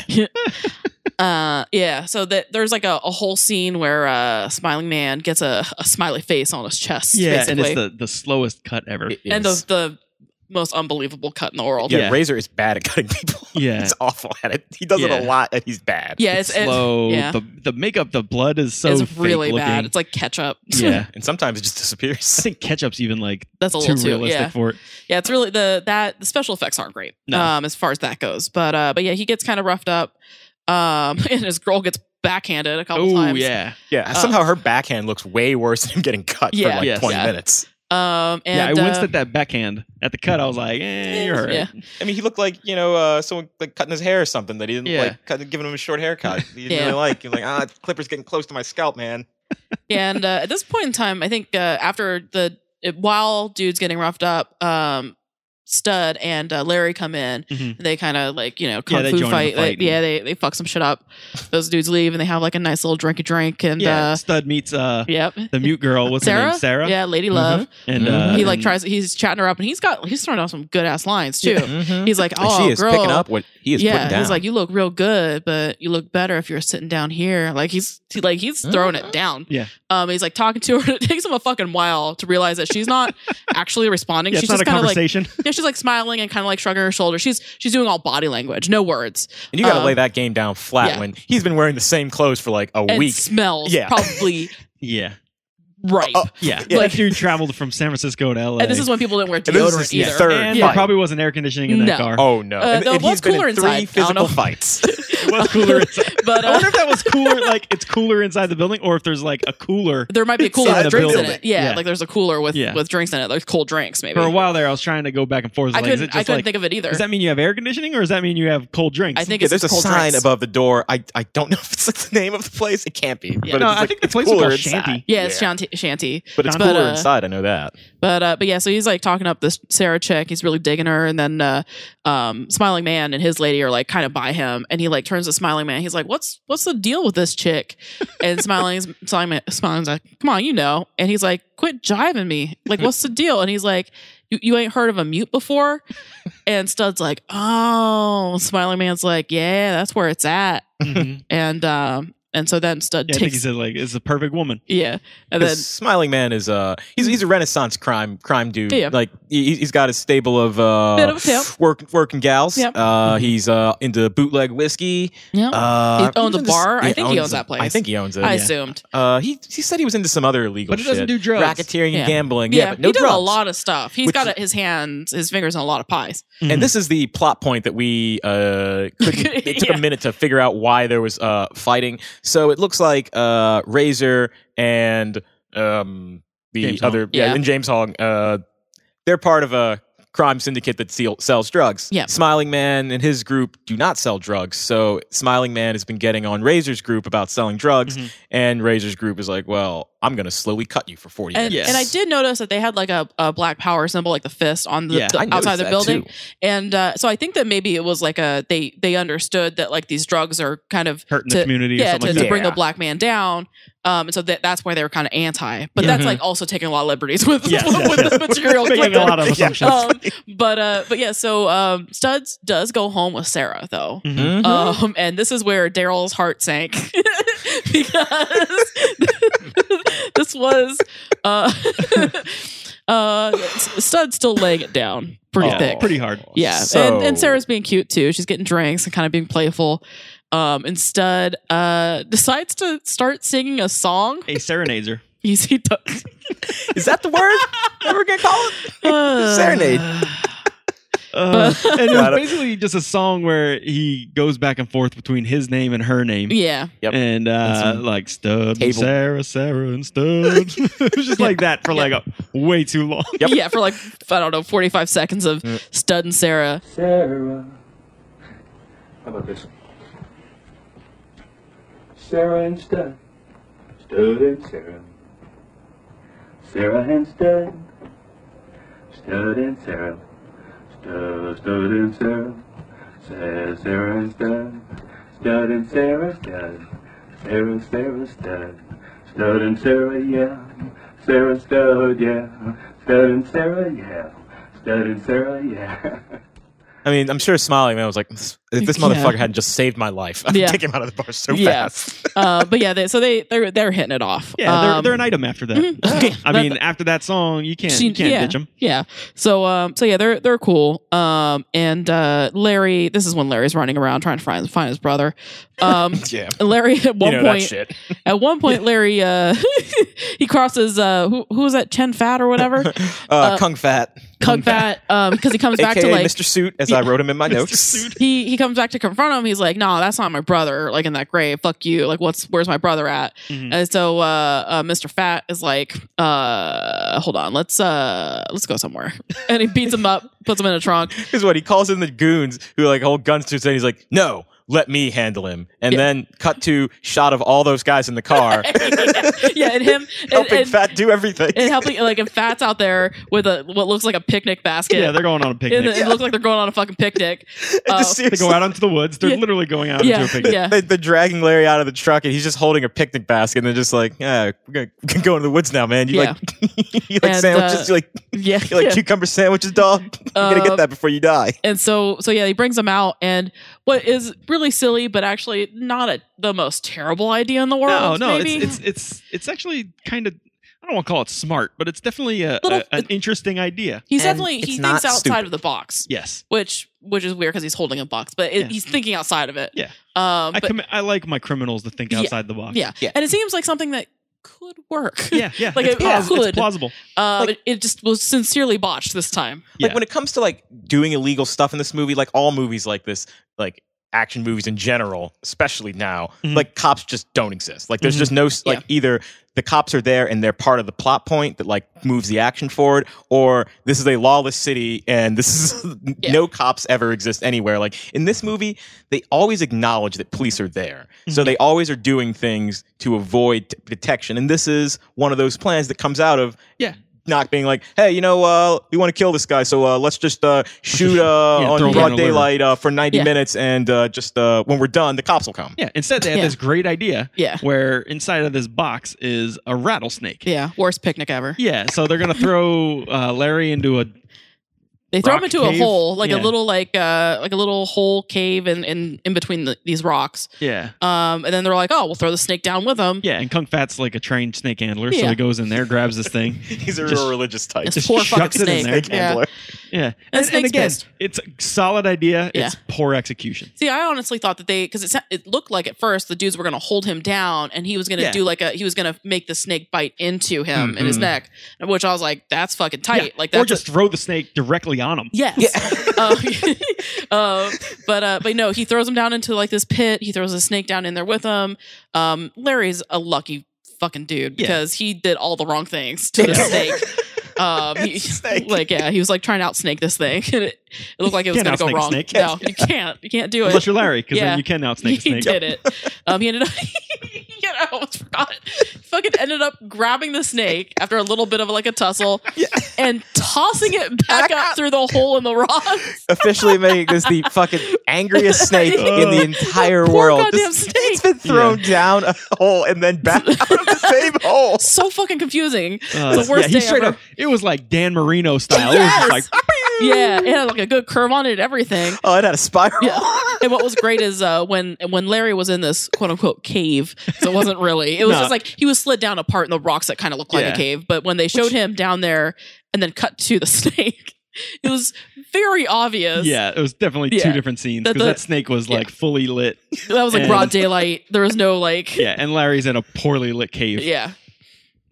uh yeah so that there's like a, a whole scene where uh smiling man gets a, a smiley face on his chest Yeah, basically. and it's the, the slowest cut ever. It And the, is- the most unbelievable cut in the world yeah, Yeah. Razor is bad at cutting people. (laughs) Yeah. he's awful at it. He does Yeah. it a lot, and he's bad. yeah it's, it's, Slow. yeah. The the makeup, the blood is so it's really fake bad looking. it's like ketchup yeah. and sometimes it just disappears. I think ketchup's even like (laughs) that's a too little too realistic yeah for it. yeah it's really the that the special effects aren't great No. um as far as that goes but uh but yeah he gets kind of roughed up um (laughs) and his girl gets backhanded a couple Oh times yeah. Yeah, Uh, somehow her backhand looks way worse than him getting cut Yeah, for like yes. 20 Yeah. minutes. um and yeah, I uh, winced at that backhand. At the cut, I was like, eh, you're all right. yeah I mean, he looked like, you know, uh, someone like cutting his hair or something that he didn't Yeah. like, cut, giving him a short haircut. He didn't Yeah. really like. He (laughs) was like, ah, Clipper's getting close to my scalp, man. Yeah, and uh, at this point in time, I think uh, after the it, while dude's getting roughed up, um, Stud and uh, Larry come in. Mhm. They kind of like you know kung they join fu in the fight. fight. They- yeah, they they fuck some shit up. Those dudes leave and they have like a nice little drinky drink and yeah, uh, Stud meets uh, yep. the mute girl. What's her name? Sarah. Yeah, Lady Love. And uh, he like and- tries. He's chatting her up, and he's got he's throwing out some good ass lines too. Mhm. He's like, And "Oh, she is girl, picking up what he is yeah." putting down. He's like, "You look real good, but you look better if you're sitting down here." Like he's he, like he's throwing it down. Yeah. Um. He's like talking to her. (laughs) It takes him a fucking while to realize that she's not actually responding. Yeah, she's it's not a just kind of like conversation. yeah, she's like smiling and kind of like shrugging her shoulders. She's she's doing all body language, no words. and you got to um, lay that game down flat yeah. when he's been wearing the same clothes for like a And week. smells Yeah. probably (laughs) yeah, right. Oh, yeah. Yeah. Like dude traveled from San Francisco to L.A. and this is when people didn't wear And this is deodorant the either. (laughs) third and fight. there probably wasn't air conditioning in that No. car. Oh no! Uh, and, no, and well, he's it's been cooler in three inside. (laughs) I physical don't know. fights. It was cooler. Inside. But I uh, wonder if that was cooler. Like it's cooler inside the building, or if there's like a cooler. there might be a Inside cooler with the drinks in building. it. Yeah, Yeah. like there's a cooler with Yeah. with drinks in it, like cold drinks maybe. For a while there, I was trying to go back and forth. I Like, is couldn't. it I just couldn't like? think of it either. Does that mean you have air conditioning, or does that mean you have cold drinks? I think Yeah, it's there's a cold sign drinks. above the door. I, I don't know (laughs) if it's the name of the place. It can't be. Yeah. But no, it's I like, think the it's place was cooler called inside. Shanty. Yeah, it's Yeah. shanty, shanty. But it's But, cooler uh, inside. I know that. But uh, but yeah, so he's like talking up this Sarah chick. He's really digging her, and then uh, um, smiling man and his lady are like kind of by him, and he like turns to smiling man. He's like, "What's what's the deal with this chick?" (laughs) And smiling smiling man, smiling's like, "Come on, you know." And he's like, "Quit jiving me. Like, what's the deal?" And he's like, "You you ain't heard of a mute before?" And Stud's like, "Oh." Smiling man's like, "Yeah, that's where it's at." Mhm. And um, and so then Stud Yeah, I think he takes said like it's the perfect woman. yeah, and The then Smiling Man is uh he's he's a Renaissance crime crime dude. Yeah. Like he, he's got a stable of uh Bit of a pimp. work working gals. Yep. Uh, he's uh into bootleg whiskey. yeah. Uh, Oh. He owns a even just- bar? I yeah, think he owns that a- place. I think he owns it. I yeah. assumed. Uh, he he said he was into some other illegal, But it doesn't shit. do drugs. racketeering Yeah. and gambling. Yeah, Yeah, but no he does drugs. a lot of stuff. He's Which- got a, his hands, his fingers in a lot of pies. Mhm. And this is the plot point that we uh, (laughs) couldn't. It took Yeah. a minute to figure out why there was uh, fighting. So it looks like uh, Razor and um, the James Hong. other, yeah. Yeah. and James Hong, uh, they're part of a crime syndicate that seal, sells drugs. Yeah. Smiling Man and his group do not sell drugs. So Smiling Man has been getting on Razor's group about selling drugs, Mm-hmm. Mhm. and Razor's group is like, "Well, I'm going to slowly cut you for forty And, minutes." and I did notice that they had like a, a black power symbol, like the fist, on the, Yeah, the- I noticed outside the that building. too. And uh, so I think that maybe it was like a they they understood that like these drugs are kind of Hurting to- the community or yeah to, something to like that. bring a Yeah. black man down. Um, and so that, that's why they were kind of anti. But that's Mm-hmm. Mhm. like also taking a lot of liberties with (laughs) Yes, with, yes, yes. (laughs) the material. Making given. a lot (laughs) of assumptions. (laughs) um, but uh, but yeah, so um, Studs does go home with Sarah though. Mhm. Mhm. Um, and this is where Daryl's heart sank (laughs) because (laughs) this was uh, (laughs) uh, Stud's still laying it down pretty Yeah, thick. Oh, pretty hard. yeah. So- And, and Sarah's being cute too. She's getting drinks and kind of being playful. Um, and Stud uh, decides to start singing a song. A serenades (laughs) her. He, he does. Is that the (laughs) word that we're going to call it? Uh, Serenade. Uh, and it Got was it. basically just a song where he goes back and forth between his name and her name. Yeah. Yep. And uh, some like Stubbs, and table. Sarah, Sarah, and (laughs) Stubbs. (laughs) it was just like that for like a, way too long. Yep. Yeah, for like, I don't know, 45 seconds of Stud and Sarah. Sarah. How about this? Sarah and Stud. Stud and Sarah. Sarah and Stud. Stud and Sarah. Stud, Stud and Sarah. Sarah, Sarah and Stud. Stud and Sarah, Stud. Sarah, Sarah, Stud. Stud and Sarah, yeah. Sarah, Stud, yeah. Stud and Sarah, yeah. Stud and Sarah, yeah. (laughs) I mean, I'm sure smiling man was like, this, if this Yeah. motherfucker hadn't just saved my life, (laughs) I'd Yeah. take him out of the bar so Yeah. fast. uh, but yeah, they, so they they're they're hitting it off. (laughs) Yeah, they're, Um, they're an item after that. I mean, after that song, you can't she- you can't yeah, ditch them. Yeah. So um so yeah, they're they're cool. Um and uh Larry, this is when Larry's running around trying to find find his brother. Um Yeah. and Larry at You one know that point shit. at one point Larry uh (laughs) he crosses uh who who was that Chen Fat or whatever? Uh, Kung Fat, Kung Fat um cuz he (laughs) comes back aka to like Mr. Suit, as I wrote him in (laughs) my notes. (laughs) he he comes back to confront him. He's like, "No, that's not my brother. Like in that grave. Fuck you. Like, what's where's my brother at?" Mm-hmm. And so uh, uh, Mr. Fat is like, uh, "Hold on, let's uh, let's go somewhere." (laughs) And he beats him up, puts him in a trunk. Is what he calls in the goons who like hold guns to his head. He's like, no. let me handle him. And Yeah. then cut to shot of all those guys in the car yeah, (laughs) and him (laughs) and, helping and, Fat do everything. and helping like and Fat's out there with a what looks like a picnic basket. Yeah, they're going on a (laughs) And picnic. it looks like they're going on a fucking picnic. I (laughs) Uh, just They seriously- go out onto the woods. They're Yeah. literally going out Yeah, into a picnic. yeah. They, they're dragging Larry out of the truck, and he's just holding a picnic basket. And they're just like, "Yeah, we're gonna, (laughs) we can go into the woods now, man. You Yeah. like, (laughs) you like And, sandwiches? uh, you like, yeah, you like yeah. cucumber sandwiches, dog? (laughs) you gotta Uh, get that before you die." And so, so yeah, he brings them out, and what is really silly, but actually not a, the most terrible idea in the No, world. no, maybe? it's it's it's it's actually kind of I don't want to call it smart, but it's definitely a, Little- a- an interesting idea. he's and definitely it's he not thinks outside stupid. of the box, Yes, which which is weird because he's holding a box, but it, Yeah. he's thinking outside of it. Yeah. um, I but, com- I like my criminals to think Yeah, outside the box. yeah. (laughs) Yeah. and it seems like something that could work. yeah, yeah. (laughs) Like, it's, it plaus- could. it's plausible. Um, Like- it, it just was sincerely botched this time. yeah. Like when it comes to like doing illegal stuff in this movie, like all movies like this, like action movies in general, especially now, Mhm. like cops just don't exist. Like there's Mhm. just no s- like either the cops are there and they're part of the plot point that like moves the action forward, or this is a lawless city and this is (laughs) Yeah. no cops ever exist anywhere. Like in this movie, they always acknowledge that police are there, so they always are doing things to avoid t- detection, and this is one of those plans that comes out of Yeah. not being like, hey, you know, uh, we want to kill this guy, so uh, let's just uh, (laughs) shoot uh, Yeah, throw on him in broad a litter. daylight uh, for 90 Yeah. minutes, and uh, just uh, when we're done, the cops will (laughs) come. Yeah. Instead, they had Yeah. this great idea Yeah. where inside of this box is a rattlesnake. Yeah, worst picnic ever. Yeah, so they're gonna throw uh, Larry into a They throw him Rock into cave? a hole, like a Yeah. little like uh like a little hole cave, and in, in, between the, these rocks. yeah Um, and then they're like, oh, we'll throw the snake down with him. yeah, and Kung Fat's like a trained snake handler, so Yeah. he goes in there, grabs this (laughs) thing, He's a Just- real religious type. (laughs) This just poor fucking shucks it in snake. there. Yeah. handler. yeah. the snake's again, pissed. it's a solid idea. It's Yeah. poor execution. See, I honestly thought that they because it sa- it looked like at first the dudes were gonna hold him down and he was gonna Yeah. Mm-hmm. do like a he was gonna make the snake bite into him in his Mhm. neck, which I was like, that's fucking tight. Yeah, Like that's or just throw the snake directly on him. Yes. (laughs) um, um, but (laughs) uh, but no, he throws him down into like this pit. He throws a snake down in there with him. Um, Larry's a lucky fucking dude Yeah. because he did all the wrong (laughs) things to the Yeah. snake. (laughs) Um, he, It's a snake. like yeah, he was like trying to outsnake this thing, (laughs) and it, it looked like it was Can't gonna outsnake a go wrong. snake. (laughs) No, you can't. You can't do it. Unless you're Larry, because Yeah. then you can out snake a he snake. did it. Um, he ended up. (laughs) yeah, I almost forgot. Fucking ended up grabbing the snake after a little bit of like a tussle and tossing it back up through the hole in the rocks. Officially making this (laughs) the fucking angriest (laughs) snake in the entire (laughs) Poor world. goddamn Just- snake. It's been thrown down a (laughs) hole and then back out of the (laughs) same hole. so fucking confusing. Uh, It's the worst yeah, he day straight ever. up. (laughs) It was like Dan Marino style. It was just like Yeah, it had like a good curve on it and everything. Oh, it had a spiral. Yeah. And what was great is uh, when when Larry was in this quote unquote cave, so it wasn't really. It was No. just like he was slid down a part in the rocks that kind of looked like Yeah. a cave. But when they showed him down there and then cut to the (laughs) snake, it was very obvious. yeah, it was definitely Yeah. two different scenes That because the- that snake was yeah. like fully lit. that was like And- broad daylight. There was no like, yeah. Yeah, and Larry's in a poorly lit cave,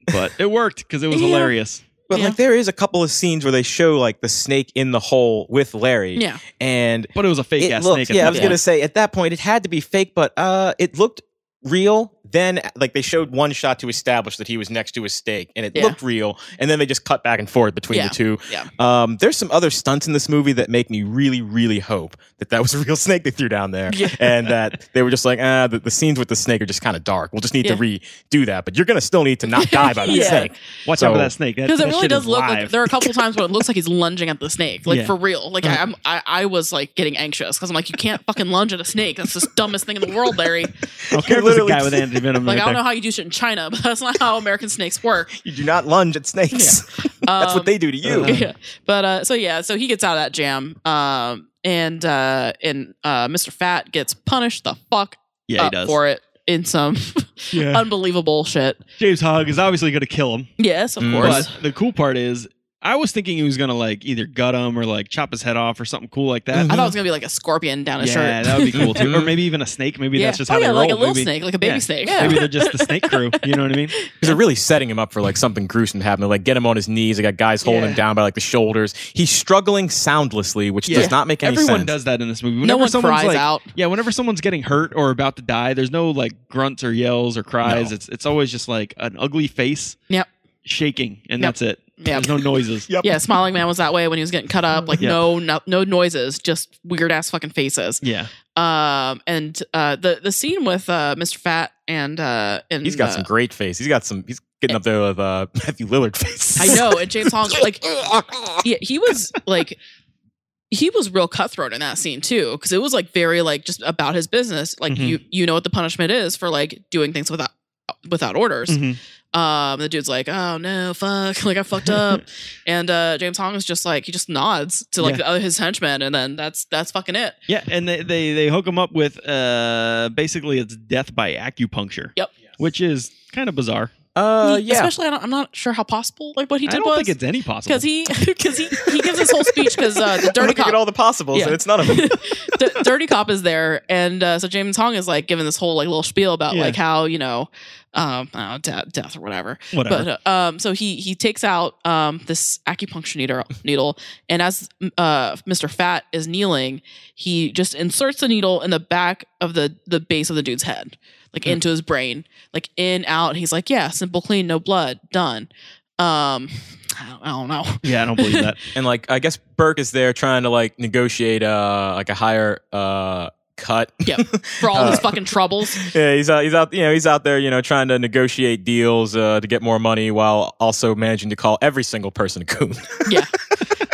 but it worked because it was Yeah. hilarious. But Yeah. like, there is a couple of scenes where they show like the snake in the hole with Larry. Yeah. And But it was a fake it ass looked- snake. at Yeah, I that was point. gonna say at that point it had to be fake, but uh, it looked real. Then like they showed one shot to establish that he was next to a stake, and it Yeah. looked real. And then they just cut back and forth between Yeah. the two. Yeah. Um, there's some other stunts in this movie that make me really, really hope that that was a (laughs) real snake they threw down there, Yeah. and that they were just like, ah, the, the scenes with the snake are just kind of dark. We'll just need to redo that, but you're gonna still need to (laughs) not die by that Yeah. snake. Watch out So- for that snake. That- because it that really shit does is look like live. there are (laughs) a couple times when it looks like he's lunging at the snake, like Yeah. Uh-huh. for real. Like I, I'm, I, I was like getting anxious because I'm like, you can't fucking lunge at a snake. That's the dumbest thing in the (laughs) world, Larry. I don't care if there's a literally- guy with anti venom. Like I don't there. know how you do shit in China, but that's not how American snakes work. You do not lunge at snakes. (laughs) That's Um, what they do to you. Uh-huh. (laughs) Yeah. But uh, so yeah, so he gets out of that jam, um, and uh, and uh, Mr. Fat gets punished the fuck Yeah, he up does. for it in (laughs) some Yeah. unbelievable shit. James Hogg is obviously going to kill him. Yes, of Mm. course. But the cool part is, I was thinking he was going to like either gut him or like chop his head off or something cool like that. I thought it was gonna be like a scorpion down his yeah, shirt. that would be cool too. Mhm. Or (laughs) maybe even a snake. Maybe yeah. that's just oh how yeah, they like roll. a little maybe, snake, like a baby Yeah. snake. Maybe (laughs) they're just the snake crew. You know what I mean? Because they're really setting him up for like something gruesome to happen. They, Like get him on his knees. They got guys holding him Yeah. down by like the shoulders. He's struggling soundlessly, which Yeah. does not make any Everyone sense. does that in this movie. no Whenever one someone's cries like, out. Yeah, whenever someone's getting hurt or about to die, there's no like grunts or yells or cries. It's it's always just like an ugly face. Yep. Shaking, and Yep. that's it. Yep. There's no noises. Yep. Yeah, Smiling Man was that way when he was getting cut up. Like Yeah. no, no, no noises, just weird ass fucking faces. Yeah. Um, and uh, the the scene with uh, Mr. Fat and uh, and He's got uh, some great face. He's got some. He's getting up there with uh, (laughs) Matthew Lillard face. (laughs) I know, and James Hong like yeah, he was like he was real cutthroat in that scene too because it was like very like just about his business. Like Mhm. you you know what the punishment is for like doing things without without orders. Mhm. Um, the dude's like, "Oh no, fuck! (laughs) Like I (laughs) fucked up," and uh, James Hong is just like he just nods to like Yeah. the other his henchmen, and then that's that's fucking it. Yeah, and they, they they hook him up with uh basically it's death by acupuncture. Yep. Which is kind of bizarre. (laughs) Uh, yeah. Especially, I don't, I'm not sure how possible like what he I did don't was think it's any possible. because he (laughs) because he he gives this whole speech because (laughs) uh, the I'm dirty looking cop at all the possibles, Yeah. and it's none of them. (laughs) D- Dirty Cop is there, and uh, so James Hong is like giving this whole like little spiel about Yeah. like how you know, um, I don't know, de- death or whatever. Whatever. But uh, um, so he he takes out um this acupuncture needle needle, and as uh Mr. Fat is kneeling, he just inserts the needle in the back of the the base of the dude's head, like into his brain, like in out. He's like, yeah, simple, clean, no blood, done. Um, I don't, I don't know. (laughs) yeah, I don't believe that. and like I guess Burke is there trying to like negotiate uh like a higher uh cut. (laughs) Yep. For all his Uh, fucking (laughs) troubles, yeah, he's out he's out you know, he's out there, you know, trying to negotiate deals uh to get more money while also managing to call every single person a coon.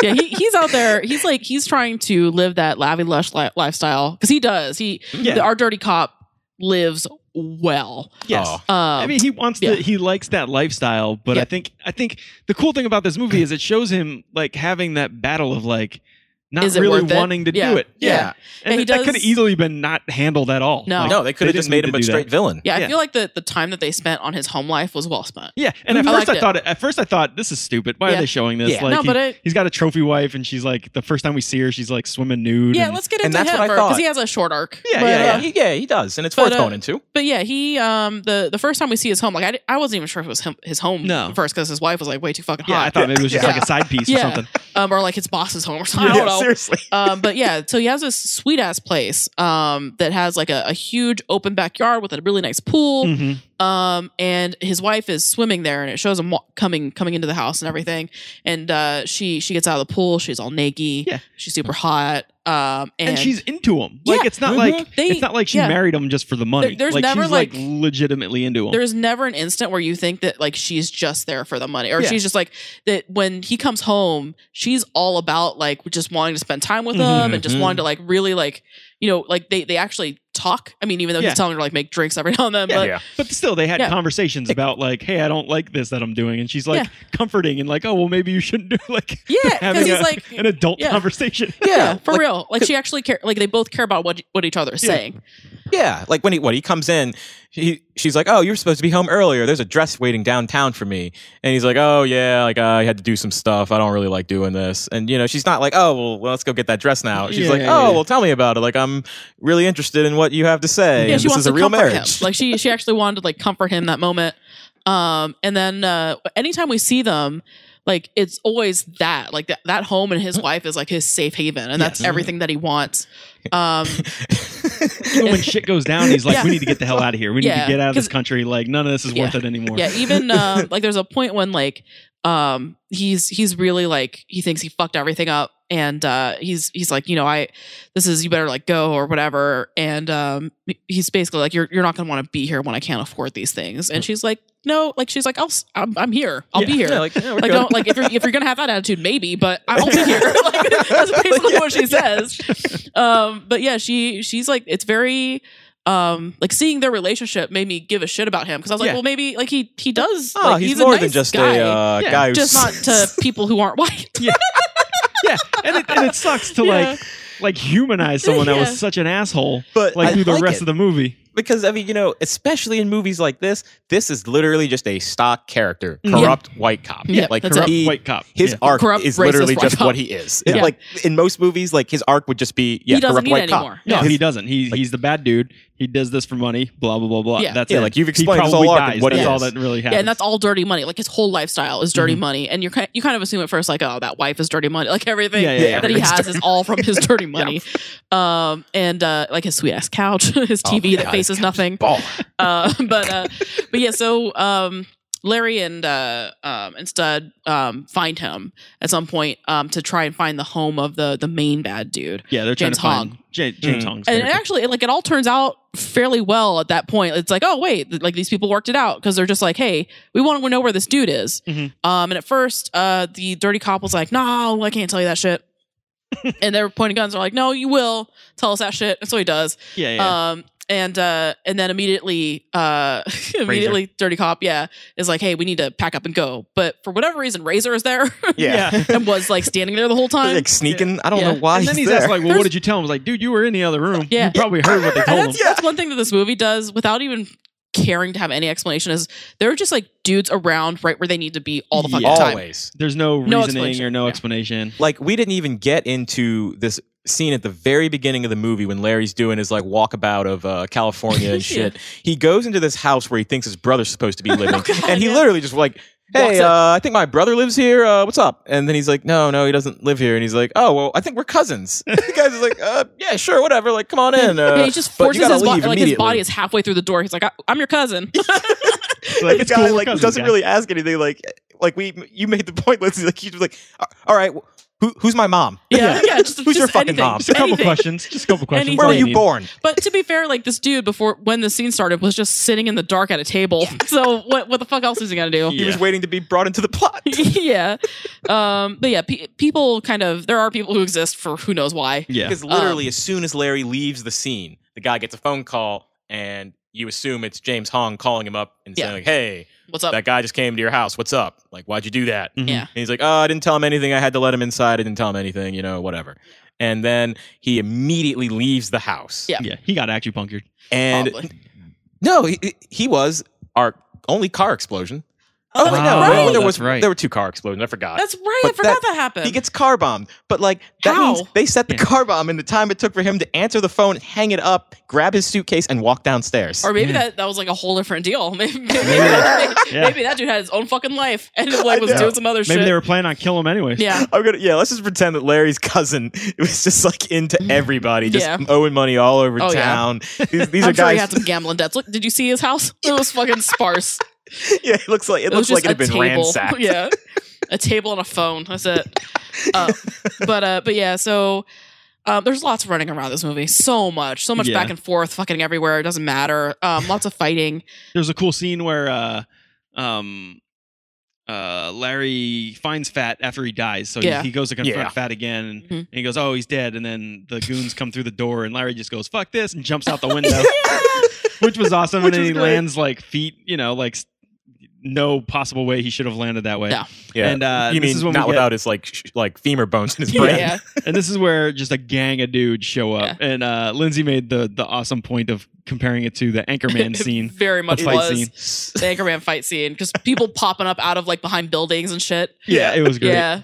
yeah, he, he's out there. He's like he's trying to live that lavvy lush li- lifestyle because he does. He Yeah. the, our dirty cop lives well. yes. Oh. Um, I mean, he wants yeah. the he likes that lifestyle, but Yeah. I think I think the cool thing about this movie is it shows him like having that battle of like not Is it really worth it? wanting to Yeah. do it. Yeah, and, And he that- that could does- have easily been not handled at all. No. No, they could have didn't just made need him to a do straight that. villain. yeah, I yeah. feel like the the time that they spent on his home life was well spent. Yeah, and at I first liked I it. thought at first I thought this is stupid. Why Yeah. are they showing this? Yeah. Like No, he, but it- he's got a trophy wife, and she's like the first time we see her, she's like swimming nude. Yeah, and- let's get And into that's him what I because thought. he has a short arc. Yeah, But, yeah, uh, yeah, he- yeah, he does, and it's but, worth uh, going into. But yeah, he um the the first time we see his home, like I, di- I wasn't even sure if it was him his home No. first because his wife was like way too fucking yeah. I hot, thought maybe it was just Yeah. like a side piece Yeah. or something. um or like his boss's home or something. I yeah, don't know. (laughs) seriously. um, but yeah, so he has this sweet ass place um, that has like a, a huge open backyard with a really nice pool. Mhm. Um, and his wife is swimming there, and it shows him wa- coming coming into the house and everything. And uh, she she gets out of the pool. She's all naked. Yeah. she's super hot. Um, and, And, she's into him. Like Yeah. it's not Mhm. like They- it's not like she yeah. married him just for the money. There- there's like never, she's like, like- legitimately into him. there's never an instant where you think that like she's just there for the money, or Yeah. she's just like that. When he comes home, she's all about like just wanting to spend time with him and just Mhm. wanting to like really like you know like they they actually talk. I mean, even though Yeah. he's telling her to like make drinks every now and then, but yeah. But still, they had Yeah. conversations about like, "Hey, I don't like this that I'm doing," and she's like comforting and like, "Oh, well, maybe you shouldn't do it." (laughs) like Yeah, because having he's a- like, an adult yeah. conversation." (laughs) yeah, Yeah, for like- real. Like she actually care. Like they both care about what what each other is Yeah. saying. Yeah, like when he when he comes in, he she's like, "Oh, you're supposed to be home earlier. There's a dress waiting downtown for me." And he's like, "Oh yeah, like I had to do some stuff. I don't really like doing this." And you know, she's not like, "Oh well, let's go get that dress now." She's Yeah, like, yeah, "Oh yeah. well, tell me about it. Like I'm really interested in what you have to say. Yeah, and she this wants is a to real comfort marriage." (laughs) him. Like she she actually wanted to like comfort him that moment. Um, and then uh, anytime we see them, like it's always that like that that home and Mm-hmm. his wife is like his safe haven, and that's Yes. everything that he wants. Um, Even when shit goes down, he's like, Yeah. "We need to get the hell out of here. We need Yeah, to get out of this 'cause- country. Like, none of this is Yeah. worth it anymore." yeah, even um, like there's a point when like um he's he's really like he thinks he fucked everything up and uh he's he's like you know i this is you better like go or whatever and um he's basically like you're you're not gonna want to be here when i can't afford these things and she's like no like she's like i'll s- i'm, I'm here i'll be here Yeah, like, like, yeah, we're good. don't like if you're if you're gonna have that attitude maybe but i'll be here (laughs) like (laughs) that's basically what she says um but yeah she she's like it's very um like seeing their relationship made me give a shit about him because i was like Yeah. well maybe like he he does Oh, like, he's, he's, more a nice than just guy, a uh, Yeah. guy. Who's (laughs) just not to people who aren't white (laughs) yeah, and it, and it sucks to Yeah. like like humanize someone that Yeah. was such an asshole, But like I through the like rest it. of the movie. because I mean, you know, especially in movies like this, this is literally just a stock character, Yeah. corrupt white cop. Mm. Yeah, like that's corrupt it. he- White cop. His Yeah. arc Corrupt, is racist literally white just cop. what he is. It- Yeah. Like in most movies, like his arc would just be yeah, He doesn't corrupt need white it cop. anymore. No, His- he doesn't. He like- he's the bad dude. He does this for money. Blah blah blah blah. Yeah. that's Yeah, it. like, you've He explained his probably whole arc and dies. what he That's all is. that really happens. yeah (laughs) and that's all dirty money like his whole lifestyle is dirty Mm-hmm. Mhm. money and you kind you kind of assume at first like oh that wife is dirty money like everything Yeah, yeah, yeah. that he Everything's has is all from his (laughs) dirty money um and uh like his sweet ass couch (laughs) his Oh, tv that God, faces God, (laughs) nothing ball. uh, but uh, but yeah, so um, Larry and uh, um, and Stud um, find him at some point um, to try and find the home of the the main bad dude. Yeah, they're trying James to find Hong. Ja- James Mm. Hong's And it character. actually, like it all turns out fairly well at that point. It's like, oh wait, th- like these people worked it out because they're just like, hey, we want to know where this dude is. Mhm. Um, and at first, uh, the dirty cop was like, no, I can't tell you that shit. and they're pointing guns. They're like, no, you will tell us that shit. And so he does. yeah, yeah. Um, and uh, and then immediately, uh, (laughs) immediately, dirty cop, yeah, is like, hey, we need to pack up and go. But for whatever reason, Razor is there (laughs) Yeah. Yeah. and was like standing there the whole (laughs) time. like sneaking. I don't Yeah. know why and then he's he's there. asked like, "Well, what did you tell him?" I was like, "Dude, you were in the other room. Yeah. You probably heard (laughs) what they And told him." that's, that's one thing that this movie does without even caring to have any explanation is there are just like dudes around right where they need to be all the fucking Yeah. time. Always. There's no reasoning No or explanation. no Yeah. explanation. Like we didn't even get into this scene at the very beginning of the movie when Larry's doing his like walkabout of uh, California (laughs) and shit. He goes into this house where he thinks his brother's supposed to be living, and he yeah. literally just like. Walks Hey, up. uh, I think my brother lives here. Uh, what's up? And then he's like, No, no, he doesn't live here. And he's like, Oh, well, I think we're (laughs) cousins. the guy's just like, uh, Yeah, sure, whatever. Like, come on in. Uh, And he just but you forces gotta his body leave like his immediately." body is halfway through the door. He's like, I- I'm your cousin. (laughs) (laughs) (laughs) like the It's cool, guy we're like cousins, doesn't guy. really ask anything. Like like we you made the point. (laughs) Let's like you just like all right. Who, who's my mom? (laughs) yeah, yeah. Just, Who's just your fucking anything, mom? Just a couple anything. questions. Just a couple questions. (laughs) Anything. Where All were I you need. born? But to be fair, like this dude before when the scene started was just sitting in the dark at a table. (laughs) So what what the fuck else is he gonna do? He was waiting to be brought into the plot. (laughs) yeah. Um, but yeah, pe- people kind of there are people who exist for who knows why. Yeah. (laughs) Because literally, as soon as Larry leaves the scene, the guy gets a phone call, and you assume it's James Hong calling him up and saying, Yeah. like, "Hey, What's up? Mm. that guy just came to your house. What's up? Like, why'd you do that?" Mhm. Yeah. And he's like, "Oh, I didn't tell him anything. I had to let him inside. I didn't tell him anything. You know, whatever." And then he immediately leaves the house. Yeah. Yeah. He got acupunctured. And Probably. No, he, he- he was our only car explosion. Oh, wait, no, Wow, no, there that's was right. there were two car explosions. I forgot. That's right. I But forgot that, that- happened. he gets car bombed, but like that How? means they set the Yeah. car bomb in the time it took for him to answer the phone, hang it up, grab his suitcase, and walk downstairs. or maybe Yeah. that, that was like a whole different deal. (laughs) Maybe maybe, that, Yeah. maybe that dude had his own fucking life and like was know. doing some other Maybe shit. they were planning on killing him anyways. yeah. I'm gonna yeah. Let's just pretend that Larry's cousin (laughs) was just like into everybody, just Yeah. owing money all over Oh, yeah. (laughs) town. These, (laughs) these I'm are sure he guys. had some gambling debts. Look, did you see his house? (laughs) It was fucking sparse. (laughs) yeah, it looks like it, It, was looks like just it had a been table. ransacked. (laughs) Yeah, a table and a phone. That's it. (laughs) Uh, but uh, but yeah. So um, there's lots of running around this movie. So much, so much Yeah. back and forth, fucking everywhere. It doesn't matter. Um, lots (laughs) of fighting. There's a cool scene where uh, um, uh, Larry finds Fat after he dies. So he- Yeah. he, goes to confront Yeah. Fat again, and, Mhm. and he goes, "Oh, he's dead." And then the goons come through the door, and Larry just goes, "Fuck this!" and jumps out the window, which was awesome. Which and then was he great. lands like feet, you know, like s- no possible way he should have landed that way. Yeah. Yeah. And uh, you this mean is when we not get- without his like sh- like femur bones in his Yeah. brain? (laughs) yeah. and this is where just a gang of dudes show up. And uh, Lindsay made the the awesome point of comparing it to the (laughs) Anchorman It scene. very much the fight was scene. the Anchorman fight scene. Just (laughs) people popping up out of like behind buildings and shit. Yeah, it was great. Yeah,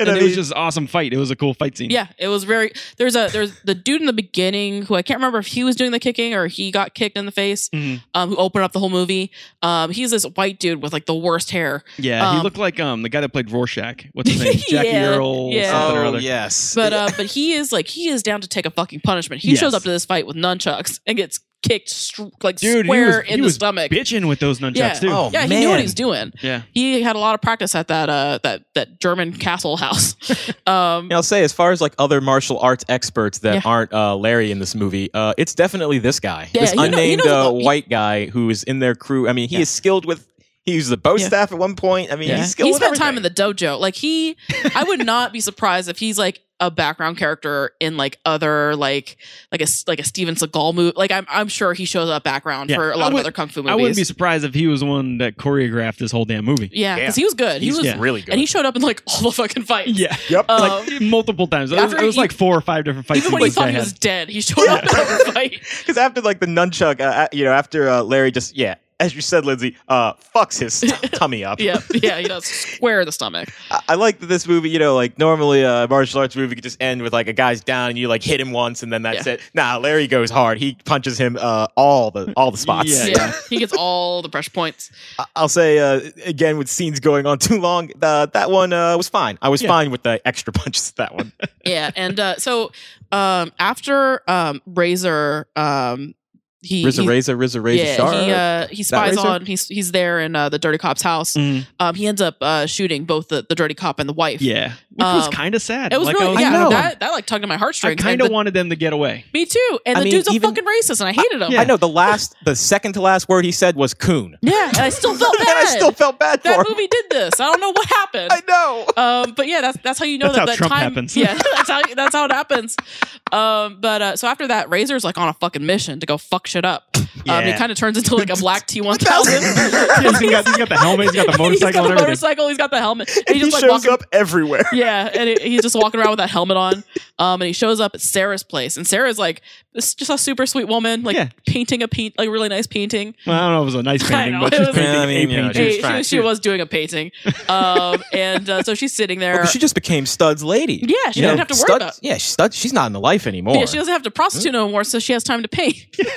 And, I it mean- was just an awesome fight. It was a cool fight scene. yeah. It was very. There's a there's the dude in the beginning who I can't remember if he was doing the kicking or he got kicked in the face. Mhm. Um, who opened up the whole movie. Um, he's this white dude with like the worst hair. Yeah, he Um, looked like um the guy that played Rorschach. What's (laughs) his name? Jackie Yeah, Earl, yeah. something or Oh other. yes, But uh, but he is like he is down to take a fucking punishment. He Yes. shows up to this fight with nunchucks and gets kicked str- like Dude, he square was- he in the was stomach. Bitching with those nunchucks Yeah. too. Oh. yeah, he knew what man. he was doing. Yeah. He had a lot of practice at that uh that that German (laughs) castle house. (laughs) Um, And I'll say, as far as like other martial arts experts that Yeah. aren't uh, Larry in this movie, uh, it's definitely this guy, Yeah, this he know- he unnamed knows uh, about- he- white guy who is in their crew. I mean, he Yeah. is skilled with. He uses the bow Yeah. staff at one point. I mean, Yeah. he's skilled. he with spent time in everything. the dojo. Like he, I (laughs) would not be surprised if he's like a background character in like other like like a like a Steven Seagal movie. Like I'm I'm sure he shows up background Yeah. for a lot I of would- other kung fu movies. I wouldn't be surprised if he was the one that choreographed this whole damn movie. yeah, because he was good. He's he was yeah. (laughs) really good. and he showed up in like all the fucking fights. Yeah. yep. (laughs) Um, like multiple times. It was, after it was he- like four or five different fights. Even when he thought he was dead, he showed up in every fight. Because after like the nunchuck, uh, uh, you know, after uh, Larry just yeah, as you said, Lindsay, uh, fucks (laughs) his t- tummy up. (laughs) Yeah, yeah, he does square the stomach. I-, I like that this movie. You know, like normally a martial arts movie could just end with like a guy's down and you like hit him once and then that's Yeah. it. Nah, Larry goes hard. He punches him uh, all the all the spots. Yeah, Yeah, yeah. he gets all the pressure points. I- I'll say uh, again with scenes going on (laughs) too long, uh, that one uh, was fine. I was Yeah. fine with the extra (laughs) punches. That one. Yeah, and uh, so um, after um, Razor, um, he Rizza he- Reza, Rizza Reza Shar. he uh, he spies razor? Mm. on. He's he's there in uh, the dirty cop's house. Mhm. Um, he ends up uh, shooting both the, the dirty cop and the wife. Yeah, which was Um, kind of sad. it was Like, I really was- I yeah. know. That, that like tugged at my I heartstrings. kind and of the- wanted them to get (laughs) away. me too. And I the mean, dude's even- a fucking racist, and I hated him. yeah. I know the last, the second to last word he said was coon. Yeah, and I still (laughs) felt (laughs) and bad. I still felt bad for that him. movie did this. I don't know what happened. I know. um, but yeah, that's that's how you know That's that how that Trump time, happens. (laughs) Yeah, that's how that's how it happens. Um, but uh, so after that, Razor's like on a fucking mission to go fuck shit up. Um, he Yeah. kind of turns into like a (laughs) black T one (laughs) thousand. he's got, he's got the helmet. He's got the (laughs) He's got motorcycle the and everything. motorcycle. He's got the helmet. And he's he just like shows walking. up everywhere. (laughs) Yeah, and he- he's just walking around with that helmet on. Um, and he shows up at Sarah's place, and Sarah's like this just a super sweet woman, like Yeah. painting a paint, like really nice painting. Well, I don't know if it was a nice (laughs) I painting, know, but it she's was- painting Yeah, I mean, a you know, painting. she was Hey, she, trying. was- she was doing a painting, um, and uh, so (laughs) she's sitting there. Well, Oh, she just became Stud's lady. Yeah, she doesn't have to worry Stud- about- Yeah, she, Stud, she's not in the life anymore. yeah, (laughs) she doesn't have to prostitute no more, so she has time to paint. (laughs)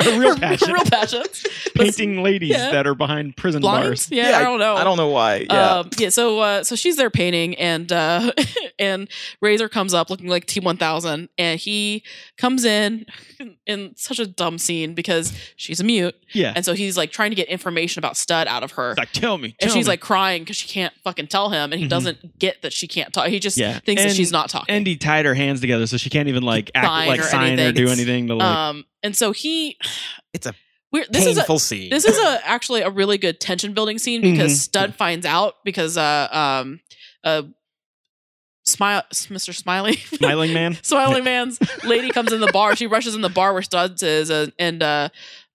(laughs) (laughs) a real passion. (laughs) Real passions. (laughs) painting ladies yeah. that are behind prison Blinds? bars. Yeah, I don't know. I don't know why. Yeah. Um, yeah, so uh, so she's there painting, and uh, (laughs) and Razor comes up looking like T one thousand, and he comes in (laughs) in such a dumb scene because she's a mute, Yeah. and so he's like trying to get information about Stud out of her, It's like, tell me. and tell she's me. like crying because she can't fucking tell him, and he Mhm. doesn't get that she can't talk. He just Yeah. thinks that And- she's not talking. Andy tied her hands together so she can't even like act Sign like or sign or anything. do It's- anything to like. um, and so he, (sighs) It's a we're, this is a, Painful scene. (laughs) this is a actually a really good tension building scene because Stud finds out because uh um uh smile Mr. Smiley Smiling (laughs) man. Smiling Man's lady comes in the bar. She rushes in the bar where Studs is uh, and uh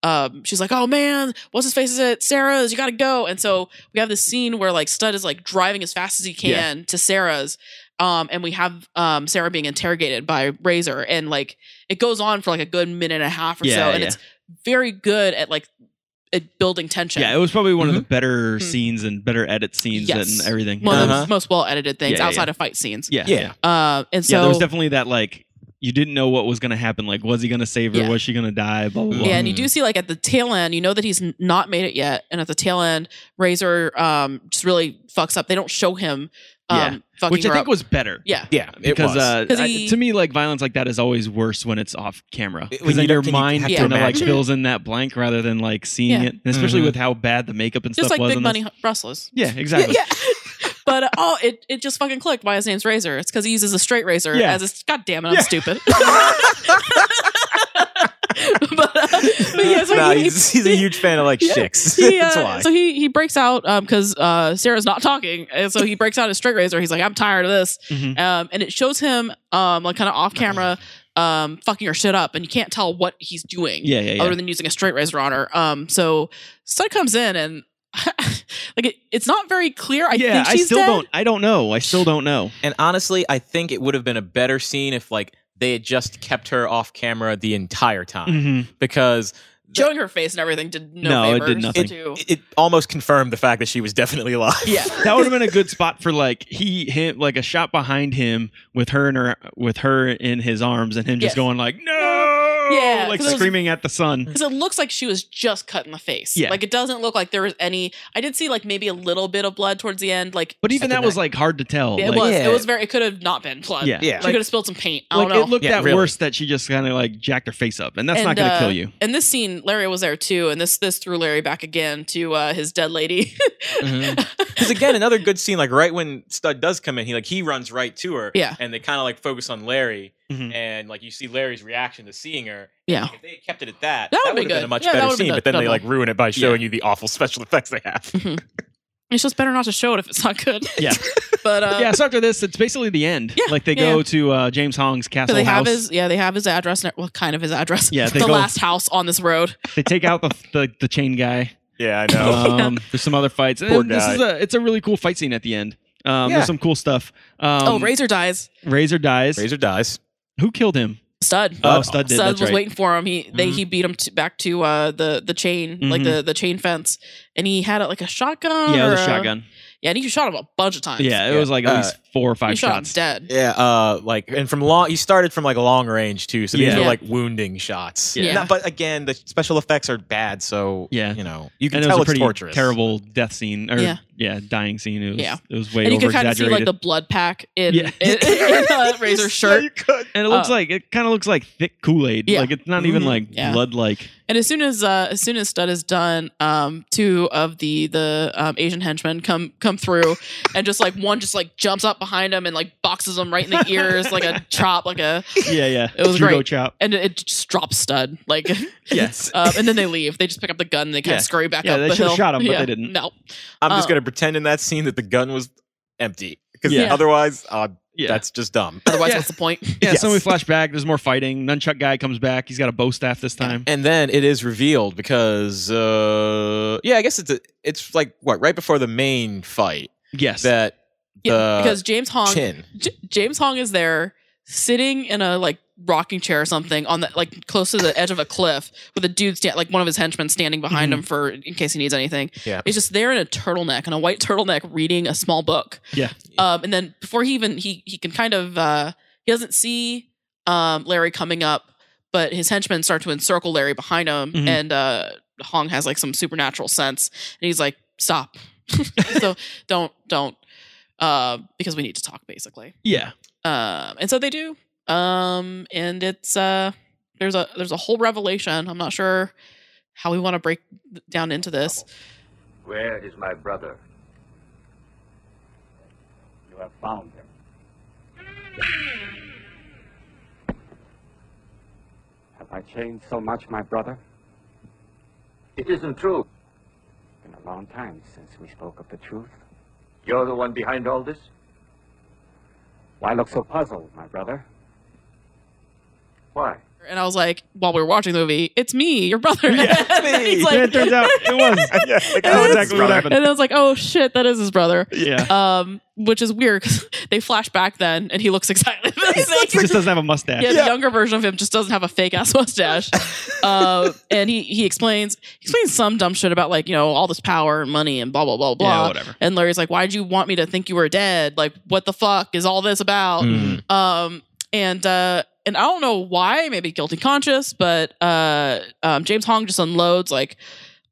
um, she's like, "Oh man, what's his face? Is it Sarah's? You gotta go." And so we have this scene where like Stud is like driving as fast as he can to Sarah's, um, and we have um, Sarah being interrogated by Razor, and like it goes on for like a good minute and a half or so, Yeah, and yeah. it's very good at like at building tension. Yeah, it was probably one of the better Mhm. scenes and better edit scenes Yes. and everything. one Um, of Uh-huh. the most well edited things Yeah, yeah, outside of fight scenes. yeah, Yeah. yeah. Uh, and so yeah, there was definitely that like you didn't know what was gonna happen. Like, was he gonna save her? Yeah. Was she gonna die? Blah blah blah. Yeah, and you do see like at the tail end, you know that he's n- not made it yet, and at the tail end, Razor um just really fucks up. They don't show him um Yeah. fucking Which I her think up. was better. yeah, yeah, it Because was. uh, 'Cause I- he- to me, like violence like that is always worse when it's off camera. It- Because when you your don't- you mind have to kind of like imagine. fills in that blank rather than like seeing Yeah. it, and especially Mhm. with how bad the makeup and just stuff like was. Big in Money this. H- Rustlers. Yeah, exactly. But uh, oh, it, it just fucking clicked why his name's Razor. It's because he uses a straight razor Yeah. as a God damn it, I'm Yeah. stupid. (laughs) (laughs) but, uh, but yeah, so Nah, he, he's, he's a huge fan of like Yeah. chicks. (laughs) he, (laughs) That's uh, why. So he he breaks out because uh, Sarah's not talking, and so he breaks out his straight razor. He's like, "I'm tired of this," Mhm. um, and it shows him um, like kind of off camera, um, fucking her shit up, and you can't tell what he's doing Yeah, yeah, yeah. other than using a straight razor on her. Um, so Stud comes in and (laughs) like it, it's not very clear. I yeah, think I she's still dead. don't. I don't know. I still don't (laughs) know. and honestly, I think it would have been a better scene if like they had just kept her off camera the entire time Mm. Mm-hmm. because Showing her face and everything did no, No, it favors did nothing. to- it, it almost confirmed the fact that she was definitely alive. (laughs) yeah, That would have been a good spot for like he him like a shot behind him with her in her with her in his arms and him just Yes. going like no, Yeah, like 'cause it was- screaming at the sun. Because it looks like she was just cut in the face. Yeah. Like it doesn't look like there was any. I did see like maybe a little bit of blood towards the end. Like, But even Second that was like hard to tell. it like, was. Yeah. It was very. It could have not been blood. Yeah. Yeah. She Like- could have spilled some paint. I Like don't know. it looked Yeah, that really. worse that she just kind of like jacked her face up, and that's not And, going to uh, kill you. and this scene, Larry was there too, and this this threw Larry back again to uh, his dead lady. (laughs) Mm-hmm. (laughs) Because again, another good scene, like right when Stud does come in, he like he runs right to her. Yeah. And they kind of like focus on Larry, Mhm. and like you see Larry's reaction to seeing her. Yeah. If they had kept it at that, That would would've have been been good. a much Yeah, that better would've scene. been But then done they well. like ruin it by showing you the awful special effects they have. (laughs) it's just better not to show it if it's not good. Yeah. (laughs) But uh, yeah. So after this, it's basically the end. Yeah, like they yeah, go yeah. to uh, James Hong's So castle they have house. his yeah they have his address and well kind of his address Yeah, they the go- last house on this road they take out the, the the chain guy. (laughs) Yeah, I know. Um, There's some other fights. And Poor this guy. is a it's a really cool fight scene at the end. Um, Yeah. There's some cool stuff. Um, oh Razor dies Razor dies. Razor dies. Who killed him? stud Oh, Stud did. Sud that's was right. Mm-hmm. waiting for him. He they he beat him to, back to uh, the the chain like the the chain fence, and he had uh, like a shotgun. Yeah, it or was a shotgun. Yeah, and he shot him a bunch of times. Yeah, it Yeah. was like at least four or he five shot shots. him dead. Yeah, uh, like and from long, he started from like long range too, so these Yeah. were Yeah. like wounding shots. Yeah. Not- but again, the special effects are bad, so Yeah. you know you can And it tell was a it's pretty torturous. terrible death scene, or Yeah. yeah, dying scene. It was, Yeah. it was way and you over could kind of see exaggerated. like the blood pack in, Yeah. in, (laughs) in, (laughs) uh, Razor's shirt. and it looks uh, like it kind of looks like thick Kool Aid. Yeah. Mm-hmm. Like it's not even Mhm. like Yeah. blood. Like And as soon as uh, as soon as Stud is done, um, two of the the um, Asian henchmen come come (laughs) through, and just like one just like jumps up behind him and like boxes him right in the ears (laughs) like a chop, like a yeah, yeah. (laughs) It was Judo great. chop. (laughs) and it just drops Stud like, (laughs) Yes, um, and then they leave. They just pick up the gun and they kind Yeah. of scurry back Yeah, up they the should've hill. shot him, but Yeah. they didn't. No, I'm just uh, gonna pretend in that scene that the gun was empty because Yeah. otherwise, uh, Yeah. that's just dumb. (laughs) otherwise Yeah. what's the point? yeah, Yes. so we flash back. There's more fighting. Nunchuck guy comes back. He's got a bow staff this time. And then it is revealed because uh, yeah, I guess it's a, it's like what right before the main fight Yes. that Yeah, the (laughs) because James Hong chin. J- James Hong is there sitting in a like rocking chair or something on the like close to the edge of a cliff with a dude sta- like one of his henchmen standing behind him for in case he needs anything. Yeah. He's just there in a turtleneck and a white turtleneck reading a small book. Yeah. Um and then before he even he he can kind of uh he doesn't see um Larry coming up, but his henchmen start to encircle Larry behind him Mhm. and uh Hong has like some supernatural sense and he's like, Stop. (laughs) so don't don't uh because we need to talk basically. yeah. Um, and so they do. Um, and it's uh, there's a there's a whole revelation. I'm not sure how we want to break th- down into this. Where is my brother? You have found him. Have I changed so much, my brother? It isn't true. Been a long time since we spoke of the truth. You're the one behind all this? Why look so puzzled, my brother? Why? And I was like, while we were watching the movie, it's me, your brother. (laughs) and then (laughs) And (laughs) it he's like, turns out it (laughs) was. yeah, like, That's it's exactly what (laughs) and happened. I was like, oh shit, that is his brother. (laughs) Yeah. Um, which is weird because (laughs) they flash back then, and he looks exactly (laughs) the same. He just doesn't have a mustache. yeah, the younger version of him just doesn't have a fake ass (laughs) mustache. uh, and he he explains he explains some dumb shit about like you know all this power and money and blah blah blah blah. Yeah, whatever. And Larry's like, "Why did you want me to think you were dead? Like, what the fuck is all this about?" Mm-hmm. Um, and uh, and I don't know why, maybe guilty conscious, but uh, um, James Hong just unloads like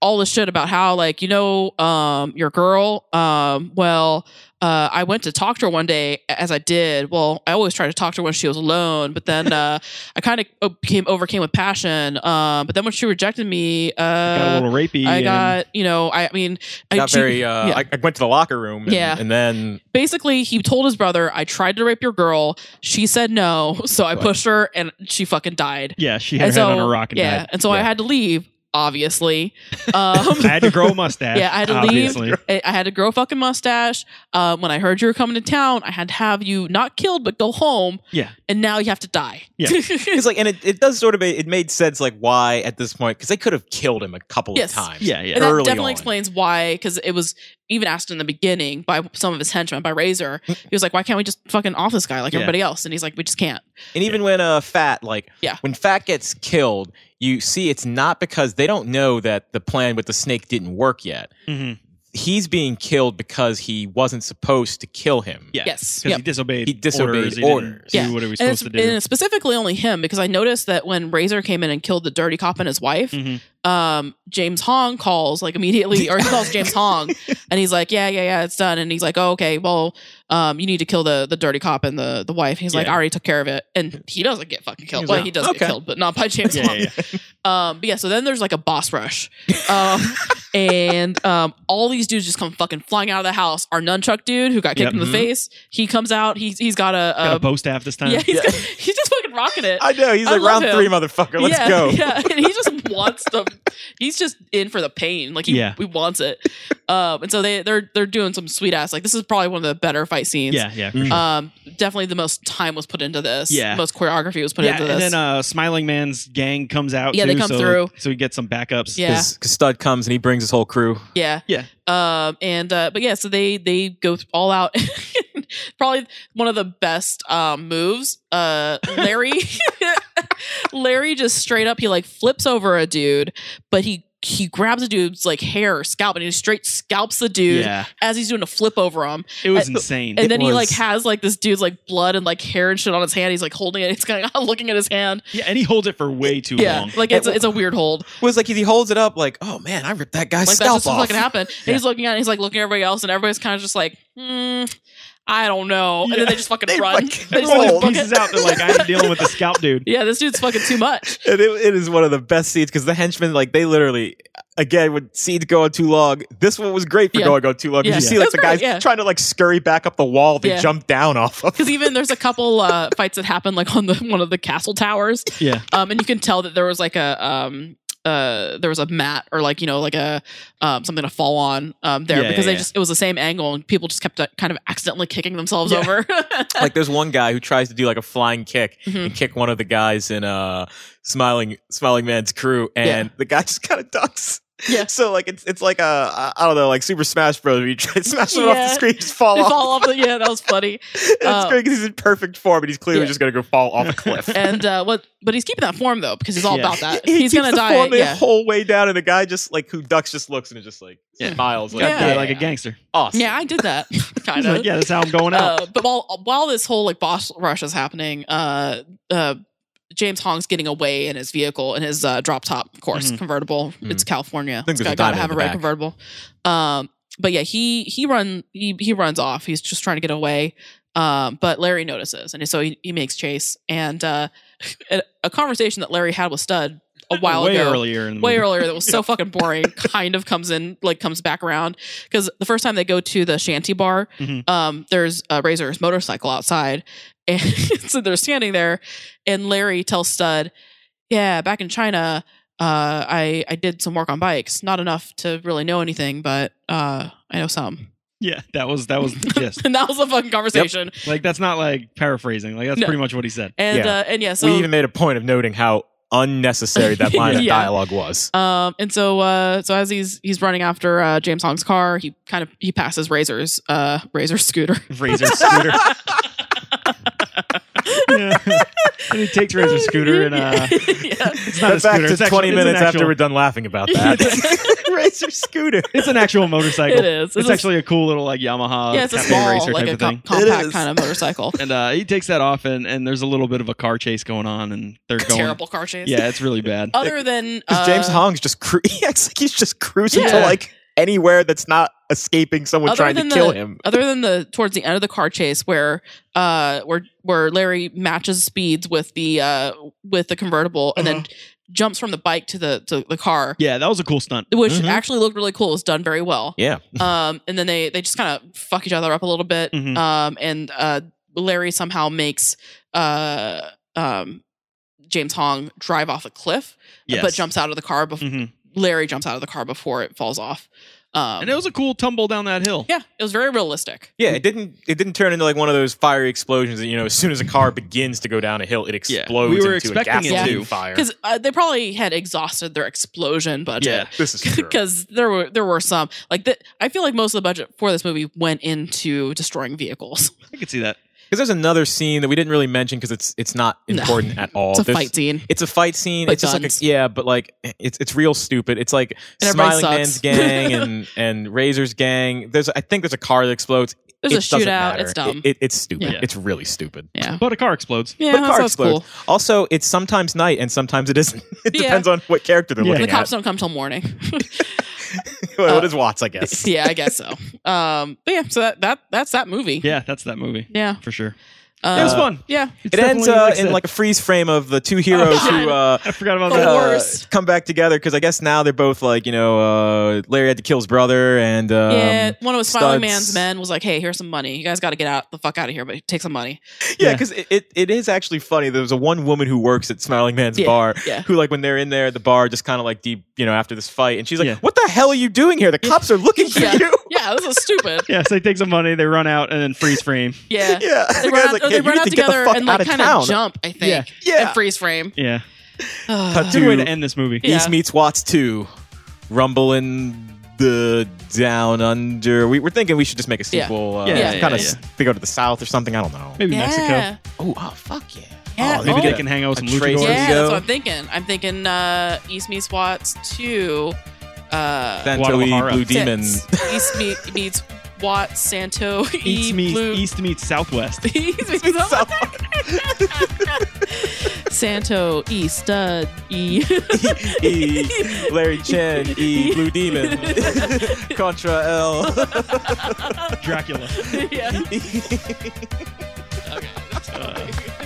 all this shit about how like you know um your girl um well uh I went to talk to her one day as I did well I always tried to talk to her when she was alone but then uh I kind of became overcame with passion um but then when she rejected me Got a uh little rapey. I and- got you know I, I mean I got she- very. Uh, yeah. I, I went to the locker room. And, Yeah. and then basically he told his brother I tried to rape your girl she said no (laughs) so I Right. pushed her and she fucking died yeah, she had her and head on a rock and yeah died. and so I Yeah. had to leave (laughs) obviously um I had to (laughs) grow a mustache. Yeah, I had to leave. obviously. I I had to grow a fucking mustache. Um, when I heard you were coming to town, I had to have you not killed but go home, Yeah. and now you have to die. (laughs) Yeah. It's like, and it, it does sort of make, it made sense like why at this point because they could have killed him a couple Yes. of times. Yeah, yeah. and that Early definitely on. explains why, because it was even asked in the beginning by some of his henchmen, by Razor. He was like, "Why can't we just fucking off this guy like Mm. Yeah. everybody else?" And he's like, "We just can't." And even when uh, Fat, like, Yeah. when Fat gets killed, you see it's not because they don't know that the plan with the snake didn't work yet. Mhm. He's being killed because he wasn't supposed to kill him. Yeah. Yes, Because Yep. he disobeyed. He disobeyed orders. He didn't orders. do Yeah. what he was and, it's, supposed to do. and it's specifically only him because I noticed that when Razor came in and killed the dirty cop and his wife, Mhm. um, James Hong calls like immediately, or he (laughs) calls James Hong, and he's like, "Yeah, yeah, yeah, it's done." And he's like, "Oh, okay, well, um, you need to kill the the dirty cop and the the wife." He's like, Yeah. "I already took care of it," and he doesn't get fucking killed. He's well, like, he does "Okay." get killed, but not by James Yeah, Hong. yeah, Um, but yeah, so then there's like a boss rush, (laughs) um, and um, all these dudes just come fucking flying out of the house. Our nunchuck dude who got kicked Yep. in the Mhm. face, he comes out. He's he's got a, Got a bow staff this time. Um, yeah, he's, Yeah. got- (laughs) he's just fucking rocking it. I know. He's I like, love round him. three, motherfucker. Let's yeah, go. (laughs) Yeah, and he just wants the. He's just in for the pain. Like he, Yeah. he wants it. Um, and so they they're they're doing some sweet ass. Like this is probably one of the better fight scenes. yeah, yeah. Um, definitely the most time was put into this. Yeah. Most choreography was put Yeah, into and this. then uh, Smiling Man's gang comes out. Yeah, too, they come so, through. So we get some backups. Yeah. Because Stud comes and he brings his whole crew. yeah. Yeah. Um, and uh, but yeah, so they they go th- all out. (laughs) probably one of the best um moves. Uh, (laughs) Larry, Larry just straight up he like flips over a dude, but he he grabs a dude's like hair or scalp and he straight scalps the dude yeah, as he's doing a flip over him. it was and- insane. And It then he like was- has like this dude's like blood and like hair and shit on his hand. He's like holding it. He's kind of (laughs) looking at his hand. yeah, and he holds it for way too yeah, long. like it's a, it's a weird hold. was like he holds it up like, oh man, I ripped that guy's Like that scalp just off. fucking happened. And he's looking at it, he's like looking at everybody else, and everybody's kind of just like, hmm, I don't know. And Yeah. then they just fucking They run. fucking They just roll. Everyone Fuck fucking just book pieces it. out. They're (laughs) like, I'm dealing with the scalp dude. (laughs) Yeah, this dude's fucking too much. and it, it is one of the best scenes because the henchmen like they literally again with scenes going too long this one was great for Yeah. going on too long 'cause Yeah. you see It like was the great, guys yeah. trying to like scurry back up the wall they Yeah. jump down off (laughs) of Because even there's a couple uh, fights that happen like on the one of the castle towers, Yeah, um, and you can tell that there was like a um, uh, there was a mat or like you know like a um, something to fall on um, there Yeah, yeah, because they yeah. just it was the same angle and people just kept uh, kind of accidentally kicking themselves Yeah. over. (laughs) like there's one guy who tries to do like a flying kick Mhm. and kick one of the guys in uh smiling smiling man's crew and the guy just kind of ducks Yeah. (laughs) so like it's it's like a I I don't know like Super Smash Bros. Where you try to smash him off the Yeah. screen, just fall They off. fall off the yeah, that was funny. (laughs) it's uh, great because he's in perfect form, and he's clearly Yeah. just gonna go fall off a (laughs) cliff. And uh, what? But he's keeping that form though because he's all Yeah. about that. He (laughs) He's keeps gonna the die. form the Yeah, whole way down, and the guy just like who ducks just looks and is just like Yeah. smiles like, Gotta Yeah. die like a gangster. awesome. yeah, I did that (laughs) kind He's of. like, yeah, that's how I'm going out. Uh, but while while this whole like boss rush is happening, uh, uh, James Hong's getting away in his vehicle in his uh, drop top, of course, Mhm. convertible. It's California. Mm-hmm. think It's there's got, a gotta diamond have a in the red back. convertible. Um, but yeah, he he run he he runs off. He's just trying to get away. Um, but Larry notices, and so he, he makes chase. And uh, (laughs) a, a conversation that Larry had with Stud a while way ago, earlier in the way movie. Mm. earlier that was so fucking (laughs) boring kind of comes in like comes back around because the first time they go to the shanty bar Mhm. Mm-hmm. um there's uh, razor's motorcycle outside (laughs) and so they're standing there and larry tells stud yeah back in china uh i i did some work on bikes not enough to really know anything but uh i know some Yeah, that was that (laughs) was the gist. and that was the fucking conversation Like that's not like paraphrasing. Like that's No. pretty much what he said. and Yeah. uh and yeah so we even made a point of noting how unnecessary (laughs) that line of Yeah. dialogue was. Um, and so uh, so as he's he's running after uh, James Hong's car, he kind of he passes Razor's uh Razor (laughs) scooter. (laughs) Razor scooter. yeah. (laughs) And he takes Razor scooter and uh, (laughs) yeah. it's not a But back scooter. to it's actually- 20 it's an minutes actual- after we're done laughing about that. (laughs) Razor (laughs) scooter. Uh, It's an actual motorcycle. It is. It's, a- actually a cool little like Yamaha yeah, it's a cafe small racer like type a of co- thing. It compact is. kind of motorcycle. And uh, he takes that off, and, and there's a little bit of a car chase going on, and (laughs) they're going. Terrible car chase. Yeah, it's really bad. Other than Because uh, James Hong's just cru- (laughs) he acts like he's just cruising to Yeah. like anywhere that's not escaping someone Other trying to than the- kill him. other than the towards the end of the car chase where uh where where Larry matches speeds with the uh with the convertible and then jumps from the bike to the to the car. yeah, that was a cool stunt. Which Mhm. actually looked really cool. It was done very well. Yeah. um, and then they they just kind of fuck each other up a little bit. Mm-hmm. Mhm. Um, and uh, Larry somehow makes uh, um, James Hong drive off a cliff, uh, Yes. but jumps out of the car. Before hmm Mm-hmm. Larry jumps out of the car before it falls off. Um, And it was a cool tumble down that hill. yeah, it was very realistic. Yeah, it didn't it didn't turn into like one of those fiery explosions that you know as soon as a car begins to go down a hill it Yeah. explodes We were into expecting a it gasoline to. fire. Because uh, they probably had exhausted their explosion budget. This is (laughs) (laughs) true. Because there were there were some like that. I feel like most of the budget for this movie went into destroying vehicles. (laughs) I could see that. Because there's another scene that we didn't really mention because it's it's not (laughs) No. important at all. It's a There's- fight scene. It's a fight scene. But it's just like guns. a, yeah, but like it's it's real stupid. It's like And everybody Smiling Man's sucks. gang (laughs) and and Razor's gang. There's I think there's a car that explodes. There's it a doesn't shootout. matter. It's dumb. It, it- it's stupid. Yeah. It's really stupid. yeah, But a car explodes. yeah, But a that car sounds cool. explodes. Also, it's sometimes night and sometimes it isn't. (laughs) It Yeah. depends on what character they're Yeah. looking the cops at. don't come till (laughs) morning. (laughs) well, it uh, is Watts, I guess. (laughs) yeah, I guess so. Um, but yeah, so that, that that's that movie. Yeah, that's that movie yeah. for sure. Uh, it was fun. Yeah, It's It ends definitely, uh, I in said, like a freeze frame of the two heroes Oh, God. who uh, (laughs) I forgot about The that. uh, worst. come back together because I guess now they're both like you know uh, Larry had to kill his brother and um, yeah. One of his smiling studs. man's men was like, "Hey, here's some money. You guys got to get out the fuck out of here, but take some money." yeah Yeah. because it, it, it is actually funny. There's a one woman who works at Smiling Man's Yeah, bar yeah. who like when they're in there at the bar just kind of like deep you know after this fight and she's like Yeah. what the hell are you doing here? The cops are looking for Yeah. you. (laughs) Yeah, this is stupid. Yeah, so they take some money, they run out, and then freeze frame. Yeah. (laughs) Yeah, They the run guy's out, like, or "Yeah, they you run need out to get the together fuck and out like of kind of town." jump, I think. Yeah. Yeah. And freeze frame. Yeah. (sighs) Ugh. Cut It's a good way to to end this movie. Yeah. East meets Watts 2. Rumble in the down under. We were thinking we should just make a Yeah. sequel. Uh, Yeah, yeah, kind yeah, of they go to the south or something. I don't know. Maybe Mexico. Yeah. Oh, oh, fuck yeah. At Maybe all. they can hang out with A some trace- luchadors. yeah, Dorito. that's what I'm thinking. I'm thinking uh, East meets Watts two. Uh, Santoy Guadalajara. Blue six. (laughs) Demon. East meet, meets Watts Santo E East meets Blue. East meets Southwest. East meets South. (laughs) Santo E Stud E. (laughs) E. Larry Chen. E. Blue Demon. (laughs) Contra L. (laughs) Dracula. yeah. E. Okay.